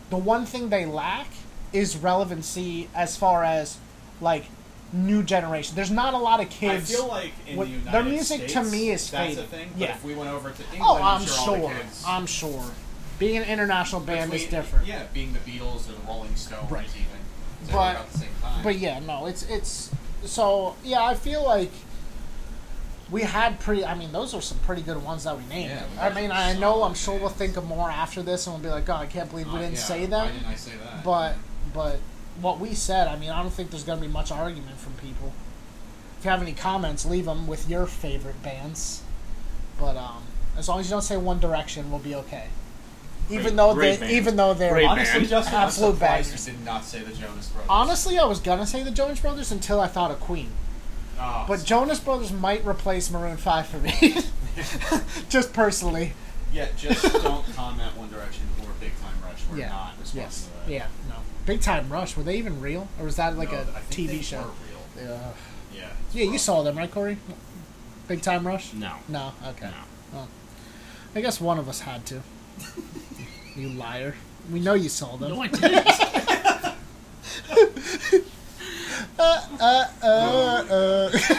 Speaker 3: the one thing they lack is relevancy as far as like new generation. There's not a lot of kids.
Speaker 4: I feel like in
Speaker 3: what-
Speaker 4: the United
Speaker 3: their music
Speaker 4: States,
Speaker 3: to me is
Speaker 4: that's
Speaker 3: fading.
Speaker 4: a thing.
Speaker 3: Yeah.
Speaker 4: But if we went over to England,
Speaker 3: oh, I'm
Speaker 4: all
Speaker 3: sure.
Speaker 4: the kids,
Speaker 3: I'm sure. Being an international band is
Speaker 4: between-
Speaker 3: different.
Speaker 4: Yeah, being the Beatles or the Rolling Stones,
Speaker 3: Right.
Speaker 4: even. So
Speaker 3: But-
Speaker 4: about the same time.
Speaker 3: But yeah, no, it's it's so yeah. I feel like we had pretty. I mean, those are some pretty good ones that we named.
Speaker 4: Yeah, we
Speaker 3: I
Speaker 4: got
Speaker 3: mean,
Speaker 4: some
Speaker 3: I know.
Speaker 4: solid
Speaker 3: I'm sure we'll
Speaker 4: names.
Speaker 3: think of more after this, and we'll be like, "Oh, I can't believe we
Speaker 4: Uh,
Speaker 3: didn't
Speaker 4: yeah,
Speaker 3: say
Speaker 4: Why
Speaker 3: them."
Speaker 4: didn't I say that?
Speaker 3: But but what we said, I mean, I don't think there's gonna be much argument from people. If you have any comments, leave them with your favorite bands. But um, as long as you don't say One Direction, we'll be okay. Even
Speaker 5: Great-
Speaker 3: though
Speaker 5: great
Speaker 3: they,
Speaker 5: band.
Speaker 3: even though they're
Speaker 5: Great
Speaker 4: honestly,
Speaker 5: band.
Speaker 4: Justin, I'm
Speaker 3: Absolute
Speaker 4: surprised
Speaker 3: bangers.
Speaker 4: you did not say the Jonas Brothers.
Speaker 3: honestly, I was gonna say the Jonas Brothers until I thought of Queen.
Speaker 4: Oh,
Speaker 3: But Jonas Brothers might replace Maroon Five for me, (laughs) just personally.
Speaker 4: yeah,
Speaker 3: (laughs)
Speaker 4: just don't comment One Direction or Big Time Rush. We're
Speaker 3: yeah.
Speaker 4: not responsible
Speaker 3: yes.
Speaker 4: to that.
Speaker 3: Yeah. No. Big Time Rush. Were they even real, or was that like
Speaker 4: No,
Speaker 3: a
Speaker 4: I think
Speaker 3: TV
Speaker 4: they
Speaker 3: show?
Speaker 4: Were real.
Speaker 3: Yeah.
Speaker 4: Yeah.
Speaker 3: Yeah, you saw them, right, Corey? Big Time Rush. (laughs)
Speaker 4: Mm.
Speaker 5: No.
Speaker 3: No. Okay.
Speaker 5: No.
Speaker 3: Well, I guess one of us had
Speaker 4: (laughs)
Speaker 3: to. you liar. We know you saw them.
Speaker 5: No, I didn't.
Speaker 3: uh, uh.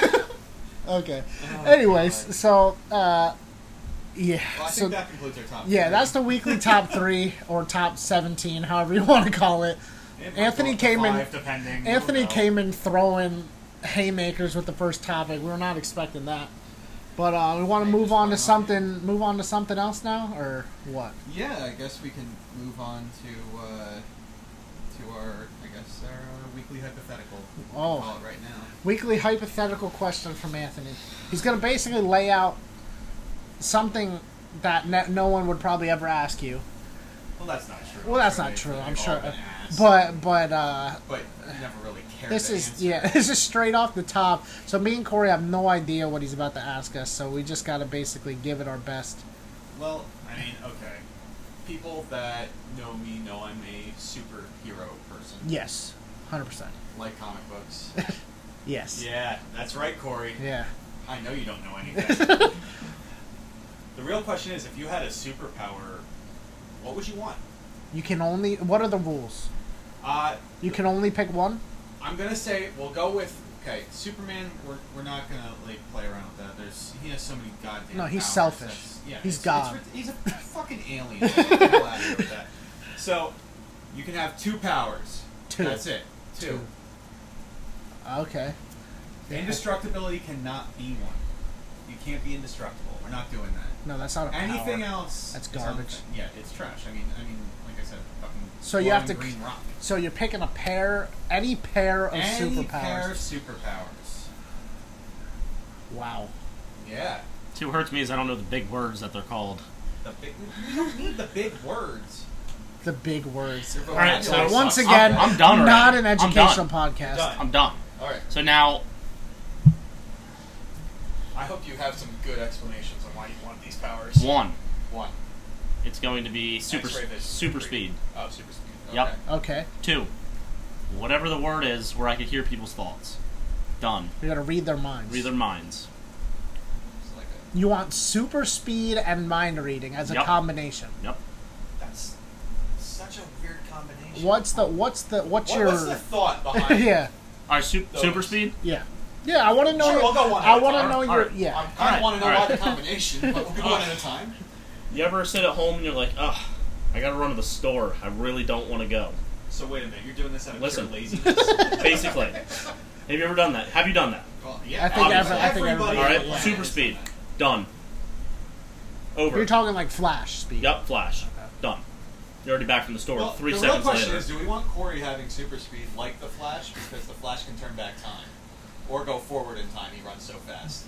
Speaker 3: (laughs) okay. Anyways,
Speaker 4: Oh.
Speaker 3: so
Speaker 4: God.
Speaker 3: uh, yeah.
Speaker 4: Well, I
Speaker 3: so
Speaker 4: think that concludes our top.
Speaker 3: Yeah,
Speaker 4: three.
Speaker 3: that's the weekly top three or top seventeen, however you want to call it.
Speaker 4: It might
Speaker 3: Anthony
Speaker 4: go up to
Speaker 3: came in-
Speaker 4: five, Depending.
Speaker 3: Anthony
Speaker 4: We'll go.
Speaker 3: came in throwing haymakers with the first topic. We were not expecting that. But uh, we want to
Speaker 4: Maybe
Speaker 3: move
Speaker 4: just
Speaker 3: on
Speaker 4: one
Speaker 3: to
Speaker 4: on
Speaker 3: something. Move on to something else now, or what?
Speaker 4: Yeah, I guess we can move on to uh, to our I guess our uh, weekly hypothetical. we can
Speaker 3: Oh.
Speaker 4: call it right now.
Speaker 3: Weekly hypothetical question from Anthony. He's going to basically lay out something that ne- no one would probably ever ask you.
Speaker 4: Well, that's not true.
Speaker 3: Well,
Speaker 4: I'm
Speaker 3: that's
Speaker 4: sure
Speaker 3: not
Speaker 4: they-
Speaker 3: true.
Speaker 4: they've
Speaker 3: I'm
Speaker 4: all
Speaker 3: sure,
Speaker 4: been asked,
Speaker 3: but but uh,
Speaker 4: but you never really cared.
Speaker 3: this
Speaker 4: to
Speaker 3: is
Speaker 4: answer
Speaker 3: yeah, (laughs)
Speaker 4: it.
Speaker 3: this is straight off the top. So me and Corey have no idea what he's about to ask us. So we just got to basically give it our best.
Speaker 4: Well, I mean, okay. People that know me know I'm a superhero person.
Speaker 3: Yes, hundred percent.
Speaker 4: Like comic books.
Speaker 3: (laughs) Yes.
Speaker 4: yeah, that's right, Corey.
Speaker 3: Yeah.
Speaker 4: I know
Speaker 3: (laughs)
Speaker 4: you don't know anything. the real question is, if you had a superpower, what would you want?
Speaker 3: You can only. What are the rules?
Speaker 4: Uh,
Speaker 3: You can only pick one.
Speaker 4: I'm gonna say we'll go with okay. Superman, we're, we're not gonna like play around with that. There's he has so many goddamn.
Speaker 3: No, he's
Speaker 4: powers.
Speaker 3: selfish.
Speaker 4: That's- Yeah,
Speaker 3: He's
Speaker 4: it's-
Speaker 3: God.
Speaker 4: It's,
Speaker 3: (laughs)
Speaker 4: rid- he's a fucking alien. Get the hell outta here with that. So you can have two powers.
Speaker 3: Two.
Speaker 4: That's it. Two.
Speaker 3: Okay.
Speaker 4: Indestructibility cannot be one. You can't be indestructible. We're not doing that.
Speaker 3: No, that's not a
Speaker 4: Anything
Speaker 3: power.
Speaker 4: else?
Speaker 3: That's
Speaker 4: is on the
Speaker 3: garbage.
Speaker 4: thing. Yeah, it's trash. I mean, I mean, like I said, fucking.
Speaker 3: So you have
Speaker 4: glowing
Speaker 3: to-
Speaker 4: green rock.
Speaker 3: So you're picking a pair, any pair of
Speaker 4: Any
Speaker 3: superpowers.
Speaker 4: pair of superpowers.
Speaker 3: Wow.
Speaker 4: Yeah.
Speaker 5: Two hurts me is I don't know the big words that they're called.
Speaker 4: The big, you don't need the big words.
Speaker 3: The big words.
Speaker 4: Your
Speaker 5: All right, so
Speaker 4: vocabulary
Speaker 3: Once
Speaker 4: sucks.
Speaker 3: again,
Speaker 5: I'm done already.
Speaker 3: Not an
Speaker 5: I'm done.
Speaker 3: educational podcast.
Speaker 4: Done.
Speaker 5: I'm done.
Speaker 4: all right.
Speaker 5: So now,
Speaker 4: I hope you have some good explanations on why you want these powers.
Speaker 5: one,
Speaker 4: One.
Speaker 5: it's going to be super
Speaker 4: X-ray vision.
Speaker 5: super speed.
Speaker 4: Oh, super speed. Okay.
Speaker 5: Yep.
Speaker 3: Okay.
Speaker 5: Two, whatever the word is, where I could hear people's thoughts. Done.
Speaker 3: We gotta read their minds.
Speaker 5: Read their minds.
Speaker 4: It's like a-
Speaker 3: You want super speed and mind reading as a
Speaker 5: Yep.
Speaker 3: combination.
Speaker 5: Yep.
Speaker 4: that's such a weird combination.
Speaker 3: What's the what's the what's
Speaker 4: What-
Speaker 3: your (laughs)
Speaker 4: What's the
Speaker 5: (laughs)
Speaker 4: thought behind? it?
Speaker 3: yeah
Speaker 5: All right, su-
Speaker 4: Those.
Speaker 5: super speed.
Speaker 3: yeah yeah I want to know
Speaker 4: Sure,
Speaker 3: your,
Speaker 4: we'll go one
Speaker 3: I
Speaker 4: at a
Speaker 3: want to
Speaker 4: time.
Speaker 3: know
Speaker 5: All
Speaker 3: your
Speaker 5: right.
Speaker 3: yeah
Speaker 4: I'm kind
Speaker 5: Alright,
Speaker 4: of want to know
Speaker 5: alright.
Speaker 4: why the combination, but we'll go one at
Speaker 5: (laughs)
Speaker 4: a time.
Speaker 5: You ever sit at home and you're like, ugh, I gotta run to the store. I really don't want to go.
Speaker 4: So wait a minute, you're doing this out of
Speaker 5: Listen.
Speaker 4: pure
Speaker 5: (laughs)
Speaker 4: laziness.
Speaker 5: Basically,
Speaker 3: (laughs)
Speaker 5: have you ever done that? Have you done that?
Speaker 4: well, yeah,
Speaker 3: I think
Speaker 4: obviously.
Speaker 3: every- I think everybody-
Speaker 4: everybody.
Speaker 5: All right,
Speaker 4: on the planet
Speaker 5: super
Speaker 4: has
Speaker 5: speed.
Speaker 4: done
Speaker 5: Done. Over.
Speaker 3: you're talking like flash speed
Speaker 5: Yep, flash. Done. You're already back from the
Speaker 4: that.
Speaker 5: store
Speaker 4: Well,
Speaker 5: three
Speaker 4: the real
Speaker 5: seconds
Speaker 4: question
Speaker 5: later.
Speaker 4: is, do we want Corey having super speed like the Flash because the Flash can turn back time, or go forward in time? He runs so fast.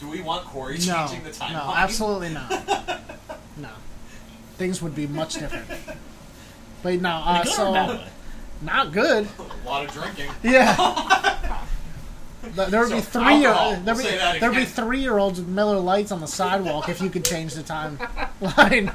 Speaker 4: Do we want Corey
Speaker 3: no
Speaker 4: changing the timeline?
Speaker 3: no absolutely
Speaker 4: (laughs)
Speaker 3: not no things would be much different but no uh,
Speaker 5: Good or bad
Speaker 3: so
Speaker 5: way?
Speaker 3: not good
Speaker 4: A lot of drinking.
Speaker 3: yeah
Speaker 4: (laughs)
Speaker 3: Th- there would be
Speaker 4: So,
Speaker 3: three year
Speaker 4: alcohol.
Speaker 3: there'd be,
Speaker 4: Say that
Speaker 3: there'd be
Speaker 4: again.
Speaker 3: three year olds with Miller Lights on the sidewalk if you could change the
Speaker 4: (laughs)
Speaker 3: timeline.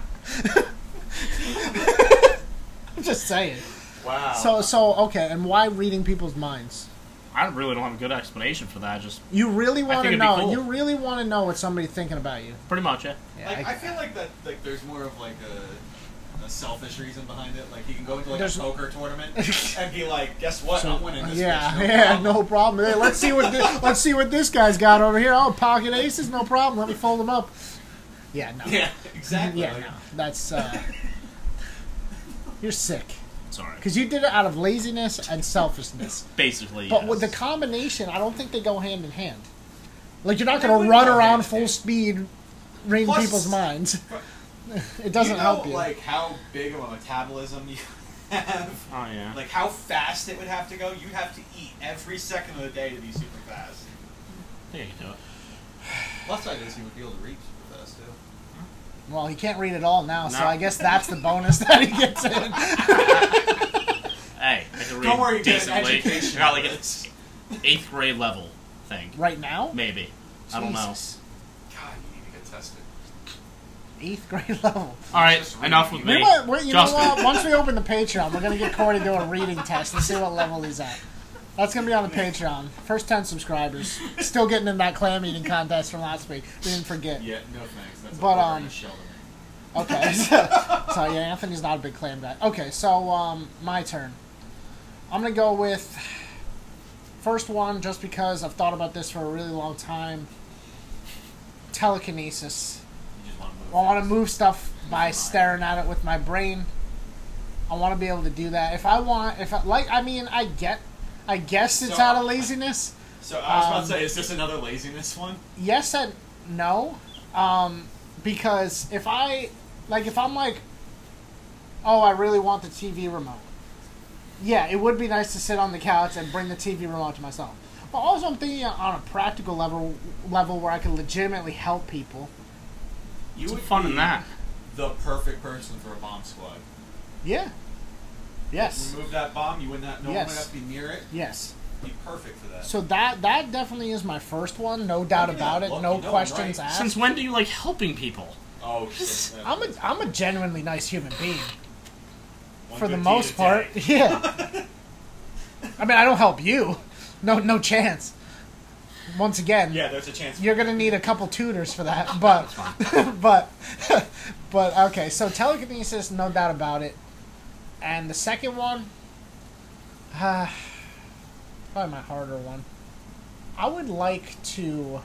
Speaker 3: I'm (laughs) just saying.
Speaker 4: Wow.
Speaker 3: So so okay, and why reading people's minds?
Speaker 5: I really don't have a good explanation for that. Just
Speaker 3: You really
Speaker 5: think
Speaker 3: want to
Speaker 5: it'd be
Speaker 3: know.
Speaker 5: cool.
Speaker 3: You really want to know what somebody's thinking about you.
Speaker 5: pretty much, eh? yeah.
Speaker 4: like, I, feel like that. Like there's more of like a, a selfish reason behind it. Like he can go into like
Speaker 3: There's-
Speaker 4: a poker
Speaker 3: (laughs)
Speaker 4: tournament and be like, guess what? I'm winning this.
Speaker 3: yeah,
Speaker 4: bitch,
Speaker 3: (laughs)
Speaker 4: no
Speaker 3: yeah,
Speaker 4: problem."
Speaker 3: no problem. Hey, let's see what this, let's see what this guy's got over here. Oh, pocket aces, no problem. Let me fold them up. Yeah, no.
Speaker 4: (laughs) Yeah, exactly.
Speaker 3: Yeah,
Speaker 4: Like,
Speaker 3: no. That's uh, you're sick
Speaker 5: Sorry.
Speaker 3: because you did it out of laziness and selfishness.
Speaker 5: Basically,
Speaker 3: But
Speaker 5: yes.
Speaker 3: with the combination, I don't think they go hand in hand. Like you're not
Speaker 4: They
Speaker 3: going to
Speaker 4: wouldn't
Speaker 3: run
Speaker 4: go hand
Speaker 3: around
Speaker 4: in
Speaker 3: full
Speaker 4: hand.
Speaker 3: speed, reading
Speaker 4: Plus-
Speaker 3: people's minds. (laughs) it doesn't
Speaker 4: you know,
Speaker 3: help you.
Speaker 4: Like how big of a metabolism you (laughs) have.
Speaker 5: oh yeah.
Speaker 4: Like how fast it would have to go. You'd have to eat every second of the day to be super fast.
Speaker 5: I think I can do it.
Speaker 4: Plus, I guess you would be able to reach super fast too.
Speaker 3: Well, he can't read it all now, so
Speaker 5: No.
Speaker 3: I guess that's the bonus (laughs) that he gets
Speaker 4: (laughs)
Speaker 3: in.
Speaker 5: Hey, I can read
Speaker 4: Don't worry, you get an
Speaker 5: decently.
Speaker 4: education. (laughs)
Speaker 5: Got like an eighth grade level thing,
Speaker 3: Right now?
Speaker 5: maybe. I don't know.
Speaker 3: Jesus.
Speaker 4: God, you need to get tested.
Speaker 3: Eighth grade (laughs) level.
Speaker 5: All right,
Speaker 4: Just read.
Speaker 5: enough with
Speaker 3: You,
Speaker 5: me.
Speaker 3: know what- what- you know
Speaker 5: Justin.
Speaker 3: what? Once we open the Patreon, we're going to get Corey to do a reading test and see what level he's at. That's going to be on the Patreon. First 10 subscribers. Still getting in that clam eating contest from last week. We didn't forget.
Speaker 4: Yeah, no thanks. That's
Speaker 3: But,
Speaker 4: a
Speaker 3: um,
Speaker 4: um, shell to me.
Speaker 3: Okay. (laughs) So, so, yeah, Anthony's not a big clam guy. Okay, so um, my turn. I'm gonna go with first one just because I've thought about this for a really long time. Telekinesis.
Speaker 4: You just want to move.
Speaker 3: I want to move stuff by staring at it with my brain. I want to be able to do that. If I want, if I, like, I mean, I get, I guess it's
Speaker 4: So-
Speaker 3: out of laziness.
Speaker 4: So I was about
Speaker 3: Um,
Speaker 4: to say, is this another laziness one?
Speaker 3: Yes and don't know, um, because if I like, if I'm like, oh, I really want the TV remote. Yeah, it would be nice to sit on the couch and bring the TV remote to myself. But also, I'm thinking on a practical level, level where I can legitimately help people.
Speaker 4: You
Speaker 9: What's
Speaker 4: would
Speaker 9: fun
Speaker 4: be
Speaker 9: in that?
Speaker 4: The perfect person for a bomb squad.
Speaker 3: Yeah. Yes.
Speaker 4: Remove that bomb, you would not. No one
Speaker 3: Yes.
Speaker 4: would have to be near it.
Speaker 3: Yes.
Speaker 4: Be perfect for that.
Speaker 3: So that that definitely is my first one, no doubt
Speaker 4: Look at
Speaker 3: about
Speaker 4: that
Speaker 3: it.
Speaker 4: look,
Speaker 3: No
Speaker 4: you know I'm
Speaker 3: questions
Speaker 4: right.
Speaker 3: asked.
Speaker 9: Since when do you like helping people?
Speaker 3: (laughs)
Speaker 4: oh, shit. That's-
Speaker 3: I'm a I'm a genuinely nice human being
Speaker 4: one
Speaker 3: for
Speaker 4: good
Speaker 3: the
Speaker 4: deed
Speaker 3: most
Speaker 4: a
Speaker 3: part. (laughs)
Speaker 4: day.
Speaker 3: Yeah. I mean, I don't help you. No, no chance. Once again,
Speaker 4: Yeah, there's a chance.
Speaker 3: you're gonna need a couple tutors for that. But, (laughs) but, but okay. So telekinesis, no doubt about it. And the second one, (sighs) uh, probably my harder one. I would like to.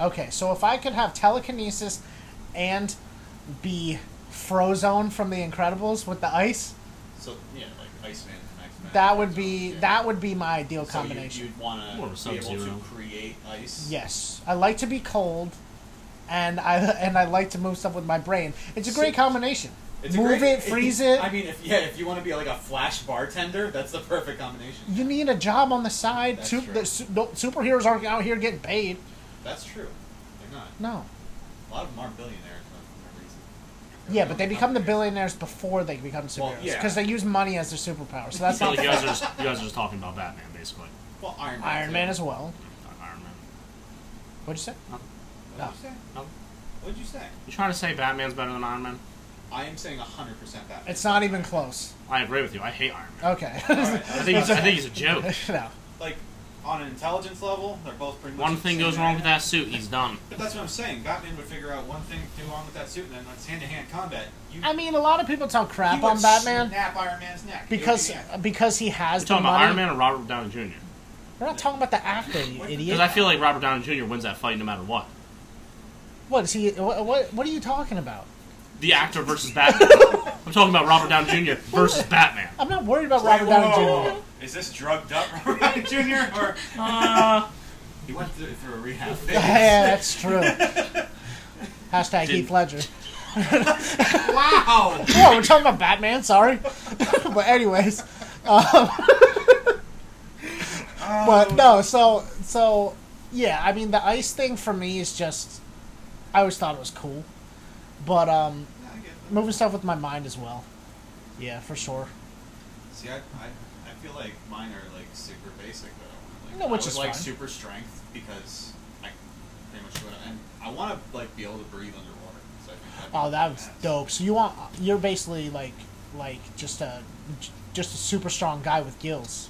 Speaker 3: Okay, so if I could have telekinesis and be Frozone from The Incredibles with the ice,
Speaker 4: So yeah, like Iceman from X-Men.
Speaker 3: that would be
Speaker 4: Yeah.
Speaker 3: that would be my ideal
Speaker 4: So
Speaker 3: combination.
Speaker 4: You, would want
Speaker 9: More of a
Speaker 4: to be able to
Speaker 9: Sub-Zero.
Speaker 4: create ice.
Speaker 3: Yes, I like to be cold, and I (laughs) and I like to move stuff with my brain. It's a
Speaker 4: So-
Speaker 3: great combination.
Speaker 4: It's a
Speaker 3: move
Speaker 4: great-
Speaker 3: it,
Speaker 4: (laughs)
Speaker 3: freeze it.
Speaker 4: I mean, if yeah, if you want to be like a flash bartender, that's the perfect combination.
Speaker 3: you need a job on the side.
Speaker 4: That's
Speaker 3: Su-
Speaker 4: true.
Speaker 3: the, su- no, superheroes aren't out here getting paid.
Speaker 4: That's true. They're not.
Speaker 3: No.
Speaker 4: A lot of them are billionaires for no reason.
Speaker 3: Yeah, but they become the billionaires before they become
Speaker 4: Well,
Speaker 3: superheroes
Speaker 4: yeah.
Speaker 3: because they use money as their superpower.
Speaker 4: (laughs)
Speaker 3: So that's
Speaker 9: So
Speaker 3: not
Speaker 9: you guys are just, you guys are just talking about Batman, basically.
Speaker 4: Well, Iron Man.
Speaker 3: Iron
Speaker 4: too.
Speaker 3: Man as well.
Speaker 9: Not Iron Man.
Speaker 3: What'd you say?
Speaker 4: What did you say?
Speaker 9: No.
Speaker 4: What did you say?
Speaker 9: You trying to say Batman's better than Iron Man?
Speaker 4: I am saying 100% that.
Speaker 3: It's not even close.
Speaker 9: I agree with you. I hate Iron Man.
Speaker 3: Okay.
Speaker 9: I think he's, I think he's a joke.
Speaker 3: (laughs) no.
Speaker 4: Like, on an intelligence level, they're both pretty much
Speaker 9: One
Speaker 4: the
Speaker 9: thing
Speaker 4: same
Speaker 9: goes wrong
Speaker 4: area.
Speaker 9: with that suit, he's done.
Speaker 4: But that's what I'm saying. Batman would figure out one thing to do wrong with that suit, and then that's hand to hand combat. You,
Speaker 3: I mean, a lot of people talk
Speaker 4: he
Speaker 3: crap
Speaker 4: would
Speaker 3: on Batman
Speaker 4: Snap Iron Man's neck. He
Speaker 3: because
Speaker 4: would be- yeah.
Speaker 3: because he
Speaker 9: You're
Speaker 3: has the
Speaker 9: talking about
Speaker 3: money.
Speaker 9: Iron Man or Robert Downey Jr.
Speaker 3: We're not talking about the actor, you
Speaker 4: What-
Speaker 3: idiot.
Speaker 9: Because I feel like Robert Downey Jr. wins that fight no matter what.
Speaker 3: What is he? What, what What are you talking about?
Speaker 9: The actor versus
Speaker 3: (laughs)
Speaker 9: Batman. I'm talking about Robert Downey Jr. versus Batman.
Speaker 3: I'm not worried about
Speaker 4: Wait,
Speaker 3: Robert
Speaker 4: whoa, whoa,
Speaker 3: Downey Jr.
Speaker 4: whoa. Is this drugged up (laughs)
Speaker 3: (laughs)
Speaker 4: Robert Downey Jr. or
Speaker 9: Uh,
Speaker 4: he went through, through
Speaker 3: (laughs)
Speaker 4: a rehab?
Speaker 3: yeah, that's
Speaker 4: (laughs)
Speaker 3: true. Hashtag Heath Ledger. (laughs)
Speaker 4: wow.
Speaker 3: Whoa, we're talking about Batman. Sorry, (laughs) but anyways, um, (laughs) but
Speaker 4: Um.
Speaker 3: no. So so yeah. I mean, the ice thing for me is just. I always thought it was cool, but um, moving stuff with my mind as well. Yeah, for sure.
Speaker 4: See, I, I, I feel like mine are like super basic though. Like,
Speaker 3: No, which
Speaker 4: I would
Speaker 3: is
Speaker 4: like
Speaker 3: fine.
Speaker 4: super strength because I pretty much do it, and I want to like be able to breathe underwater. So I think that'd be
Speaker 3: Oh, that was
Speaker 4: badass.
Speaker 3: dope. So you want you're basically like like just a j- just a super strong guy with gills.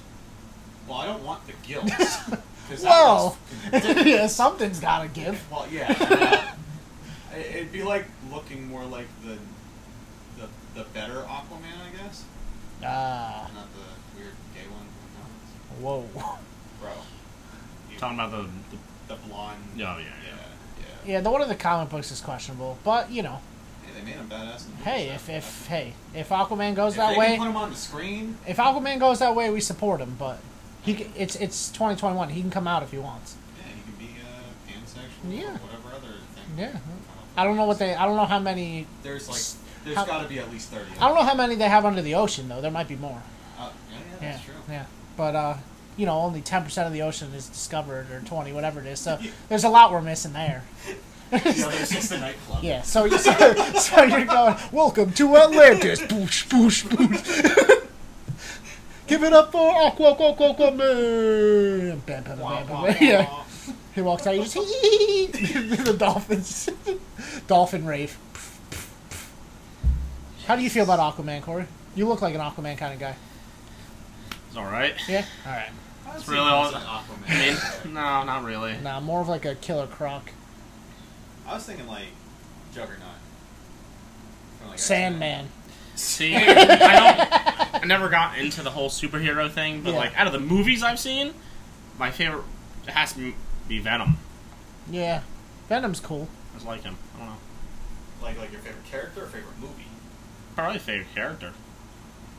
Speaker 4: Well, I don't want the
Speaker 3: (laughs)
Speaker 4: gills. 'cause that
Speaker 3: Whoa,
Speaker 4: looks
Speaker 3: (laughs)
Speaker 4: ridiculous.
Speaker 3: yeah, something's gotta give.
Speaker 4: well, yeah. I know. It- It'd be like looking more like the the the better Aquaman, I guess,
Speaker 3: Ah,
Speaker 4: not the weird gay one. No,
Speaker 3: whoa.
Speaker 4: it's- Bro, you-
Speaker 9: talking about the, the
Speaker 4: the blonde.
Speaker 9: yeah, yeah,
Speaker 4: yeah,
Speaker 9: yeah.
Speaker 4: yeah.
Speaker 3: Yeah, the one in the comic books is questionable, but you know,
Speaker 4: Hey, they made him badass. in the
Speaker 3: hey,
Speaker 4: movies,
Speaker 3: if
Speaker 4: so
Speaker 3: if hey if Aquaman goes
Speaker 4: If
Speaker 3: that
Speaker 4: they
Speaker 3: way,
Speaker 4: can put him on the screen.
Speaker 3: if Aquaman goes that way, we support him. But he c- it's it's 2021. He can come out if he wants.
Speaker 4: Yeah, he can be uh, pansexual
Speaker 3: Yeah.
Speaker 4: or whatever other thing. Uh,
Speaker 3: Yeah. I don't know what they. I don't know how many.
Speaker 4: There's like, there's
Speaker 3: How-
Speaker 4: got to be at least thirty.
Speaker 3: I don't know how many they have under the ocean though. There might be more.
Speaker 4: Uh, yeah, yeah,
Speaker 3: Yeah,
Speaker 4: that's true.
Speaker 3: (laughs) yeah. But uh, you know, only ten percent of the ocean is discovered, or twenty, whatever it is. So there's a lot we're missing there.
Speaker 4: The other's just a nightclub.
Speaker 3: Yeah. So you (laughs) so, so you're going. Welcome to Atlantis. Boosh, boosh, boosh. (laughs) Give it up for Aqua, Aqua, Aqua, Aqua Man. Bam, bam,
Speaker 4: Wah,
Speaker 3: bam,
Speaker 4: wah,
Speaker 3: bam,
Speaker 4: wah.
Speaker 3: bam. (laughs) Yeah. He walks out. You just (laughs) the dolphins. (laughs) Dolphin rave. How do you feel about Aquaman, Corey? You look like an Aquaman kind of guy.
Speaker 9: It's all right.
Speaker 3: Yeah. All right.
Speaker 4: That's
Speaker 9: really all-
Speaker 4: Aquaman.
Speaker 9: I mean, no, not really.
Speaker 3: Nah, more of like a killer croc.
Speaker 4: I was thinking like Juggernaut. From, like,
Speaker 3: Sandman.
Speaker 9: See, I don't. I never got into the whole superhero thing, but
Speaker 3: Yeah.
Speaker 9: like out of the movies I've seen, my favorite it has to be Venom.
Speaker 3: Yeah. Venom's cool.
Speaker 9: I just like him. I don't know.
Speaker 4: X-Men. Like like your favorite character or favorite movie.
Speaker 9: Probably favorite character.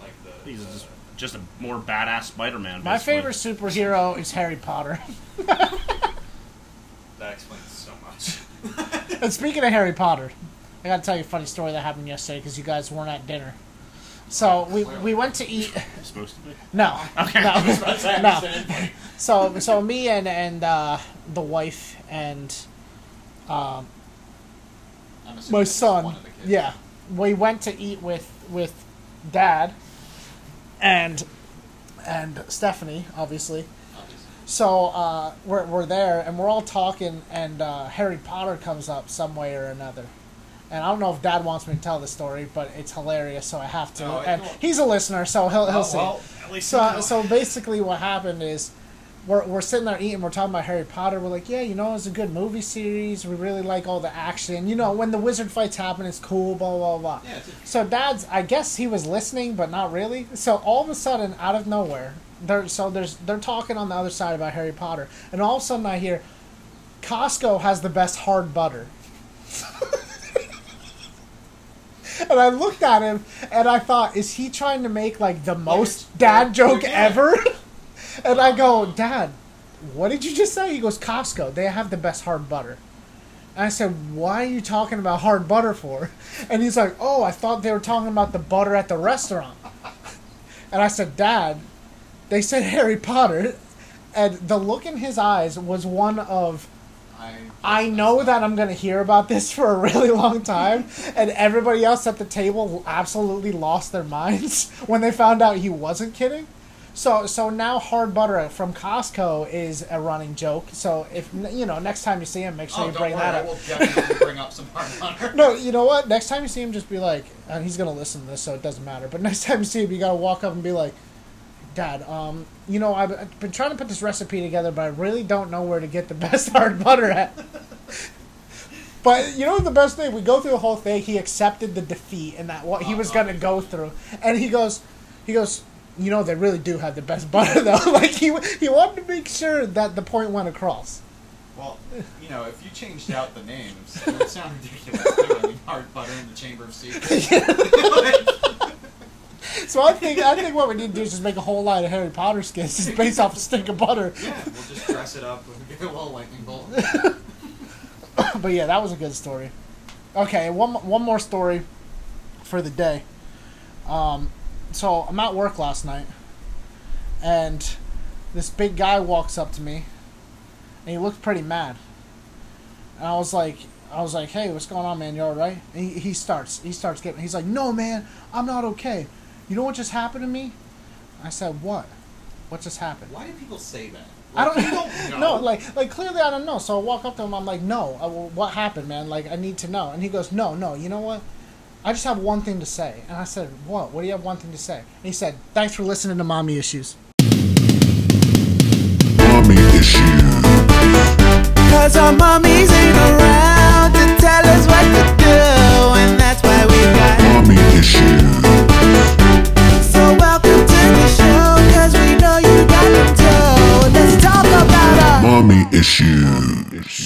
Speaker 4: Like the.
Speaker 9: He's
Speaker 4: uh,
Speaker 9: just, just a more badass Spider-Man.
Speaker 3: My
Speaker 9: basically.
Speaker 3: favorite superhero is Harry Potter.
Speaker 4: That explains so much.
Speaker 3: (laughs)
Speaker 4: (laughs)
Speaker 3: And speaking of Harry Potter, I gotta tell you a funny story that happened yesterday because you guys weren't at dinner. So we we went to eat. (laughs)
Speaker 5: supposed to be.
Speaker 3: No,
Speaker 9: Okay.
Speaker 3: no, no. (laughs) So so me and and uh, the wife and um,
Speaker 4: I'm assuming
Speaker 3: my
Speaker 4: it's
Speaker 3: son.
Speaker 4: One of the kids.
Speaker 3: Yeah, we went to eat with with dad and and Stephanie, obviously.
Speaker 4: Obviously.
Speaker 3: So uh, we're we're there and we're all talking, and uh, Harry Potter comes up some way or another. And I don't know if Dad wants me to tell the story, but it's hilarious, so I have to.
Speaker 4: No, I
Speaker 3: and
Speaker 4: don't.
Speaker 3: he's a listener, so he'll he'll
Speaker 4: Oh,
Speaker 3: see.
Speaker 4: well, at least you
Speaker 3: So,
Speaker 4: know.
Speaker 3: so basically, what happened is we're, we're sitting there eating, we're talking about Harry Potter. We're like, yeah, you know, it's a good movie series. We really like all the action. You know, when the wizard fights happen, it's cool, blah, blah, blah.
Speaker 4: Yeah, it's-
Speaker 3: So, dad's, I guess he was listening, but not really. So, all of a sudden, out of nowhere, they're, so there's, they're talking on the other side about Harry Potter. And all of a sudden, I hear Costco has the best hard butter. (laughs) And I looked at him and I thought, is he trying to make like the most dad joke ever? (laughs) and I go, Dad, what did you just say? He goes, Costco, they have the best hard butter. And I said, Why are you talking about hard butter for? (laughs) And he's like, Oh, I thought they were talking about the butter at the restaurant. and I said, Dad, they said (laughs) Harry Potter. And the look in his eyes was one of,
Speaker 4: I
Speaker 3: I know that I'm going to hear about this (laughs) for a really long
Speaker 4: (laughs)
Speaker 3: time, and everybody else at the table absolutely lost their minds (laughs) when they found out he wasn't kidding. So, so now hard butter from Costco is a running joke. So if you know next time you see him, make sure
Speaker 4: Oh,
Speaker 3: you
Speaker 4: don't
Speaker 3: bring
Speaker 4: worry,
Speaker 3: that
Speaker 4: I
Speaker 3: up.
Speaker 4: will definitely bring up some
Speaker 3: (laughs)
Speaker 4: hard butter.
Speaker 3: No, you know what? Next time you see him, just be like, and he's gonna listen to this, so it doesn't matter. But (laughs) next time you see him, you gotta walk up and be like, Dad, um, you know, I've, I've been trying to put this recipe together, but I really don't know where to get the (laughs) best hard butter at. but you know the best thing? We go through the whole thing. He accepted the defeat and that what he was gonna go through, and he goes, he goes. You know they really do have the best (laughs) butter though. like he he wanted to make sure that the point went across.
Speaker 4: Well, you know, if you changed out the (laughs) names, it would sound ridiculous. Too. I mean, hard butter in the Chamber of
Speaker 3: (laughs)
Speaker 4: Secrets. (laughs)
Speaker 3: So I think I think what we need to do is just make a whole line of Harry Potter skits just based off a stick of butter.
Speaker 4: yeah, we'll just dress it up and give it a little lightning
Speaker 3: (laughs)
Speaker 4: bolt.
Speaker 3: But yeah, that was a good story. Okay, one mo- one more story for the day. Um, so I'm at work last night, and this big guy walks up to me, and he looked pretty mad. And I was like, I was like, hey, what's going on, man? You all right? And he, he starts, he starts getting, he's like, no, man, I'm not okay. You know what just happened to me? I said, what? What just happened?
Speaker 4: Why do people say that?
Speaker 3: I
Speaker 4: Like,
Speaker 3: don't, (laughs)
Speaker 4: you
Speaker 3: no, like, like clearly I don't know. So I walk up to him. I'm like, no, I, well, what happened, man? Like, I need to know. And he goes, no, no. You know what? I just have one thing to say. And I said, what? What do you have one thing to say? And he said, thanks for listening to mommy issues.
Speaker 2: Mommy issues.
Speaker 1: Cause our mommies ain't around to tell us what to do, and that's why we got
Speaker 2: Mommy issues.
Speaker 1: so welcome to the show. Cause we know you got them too. Let's talk about our
Speaker 2: Mommy issues.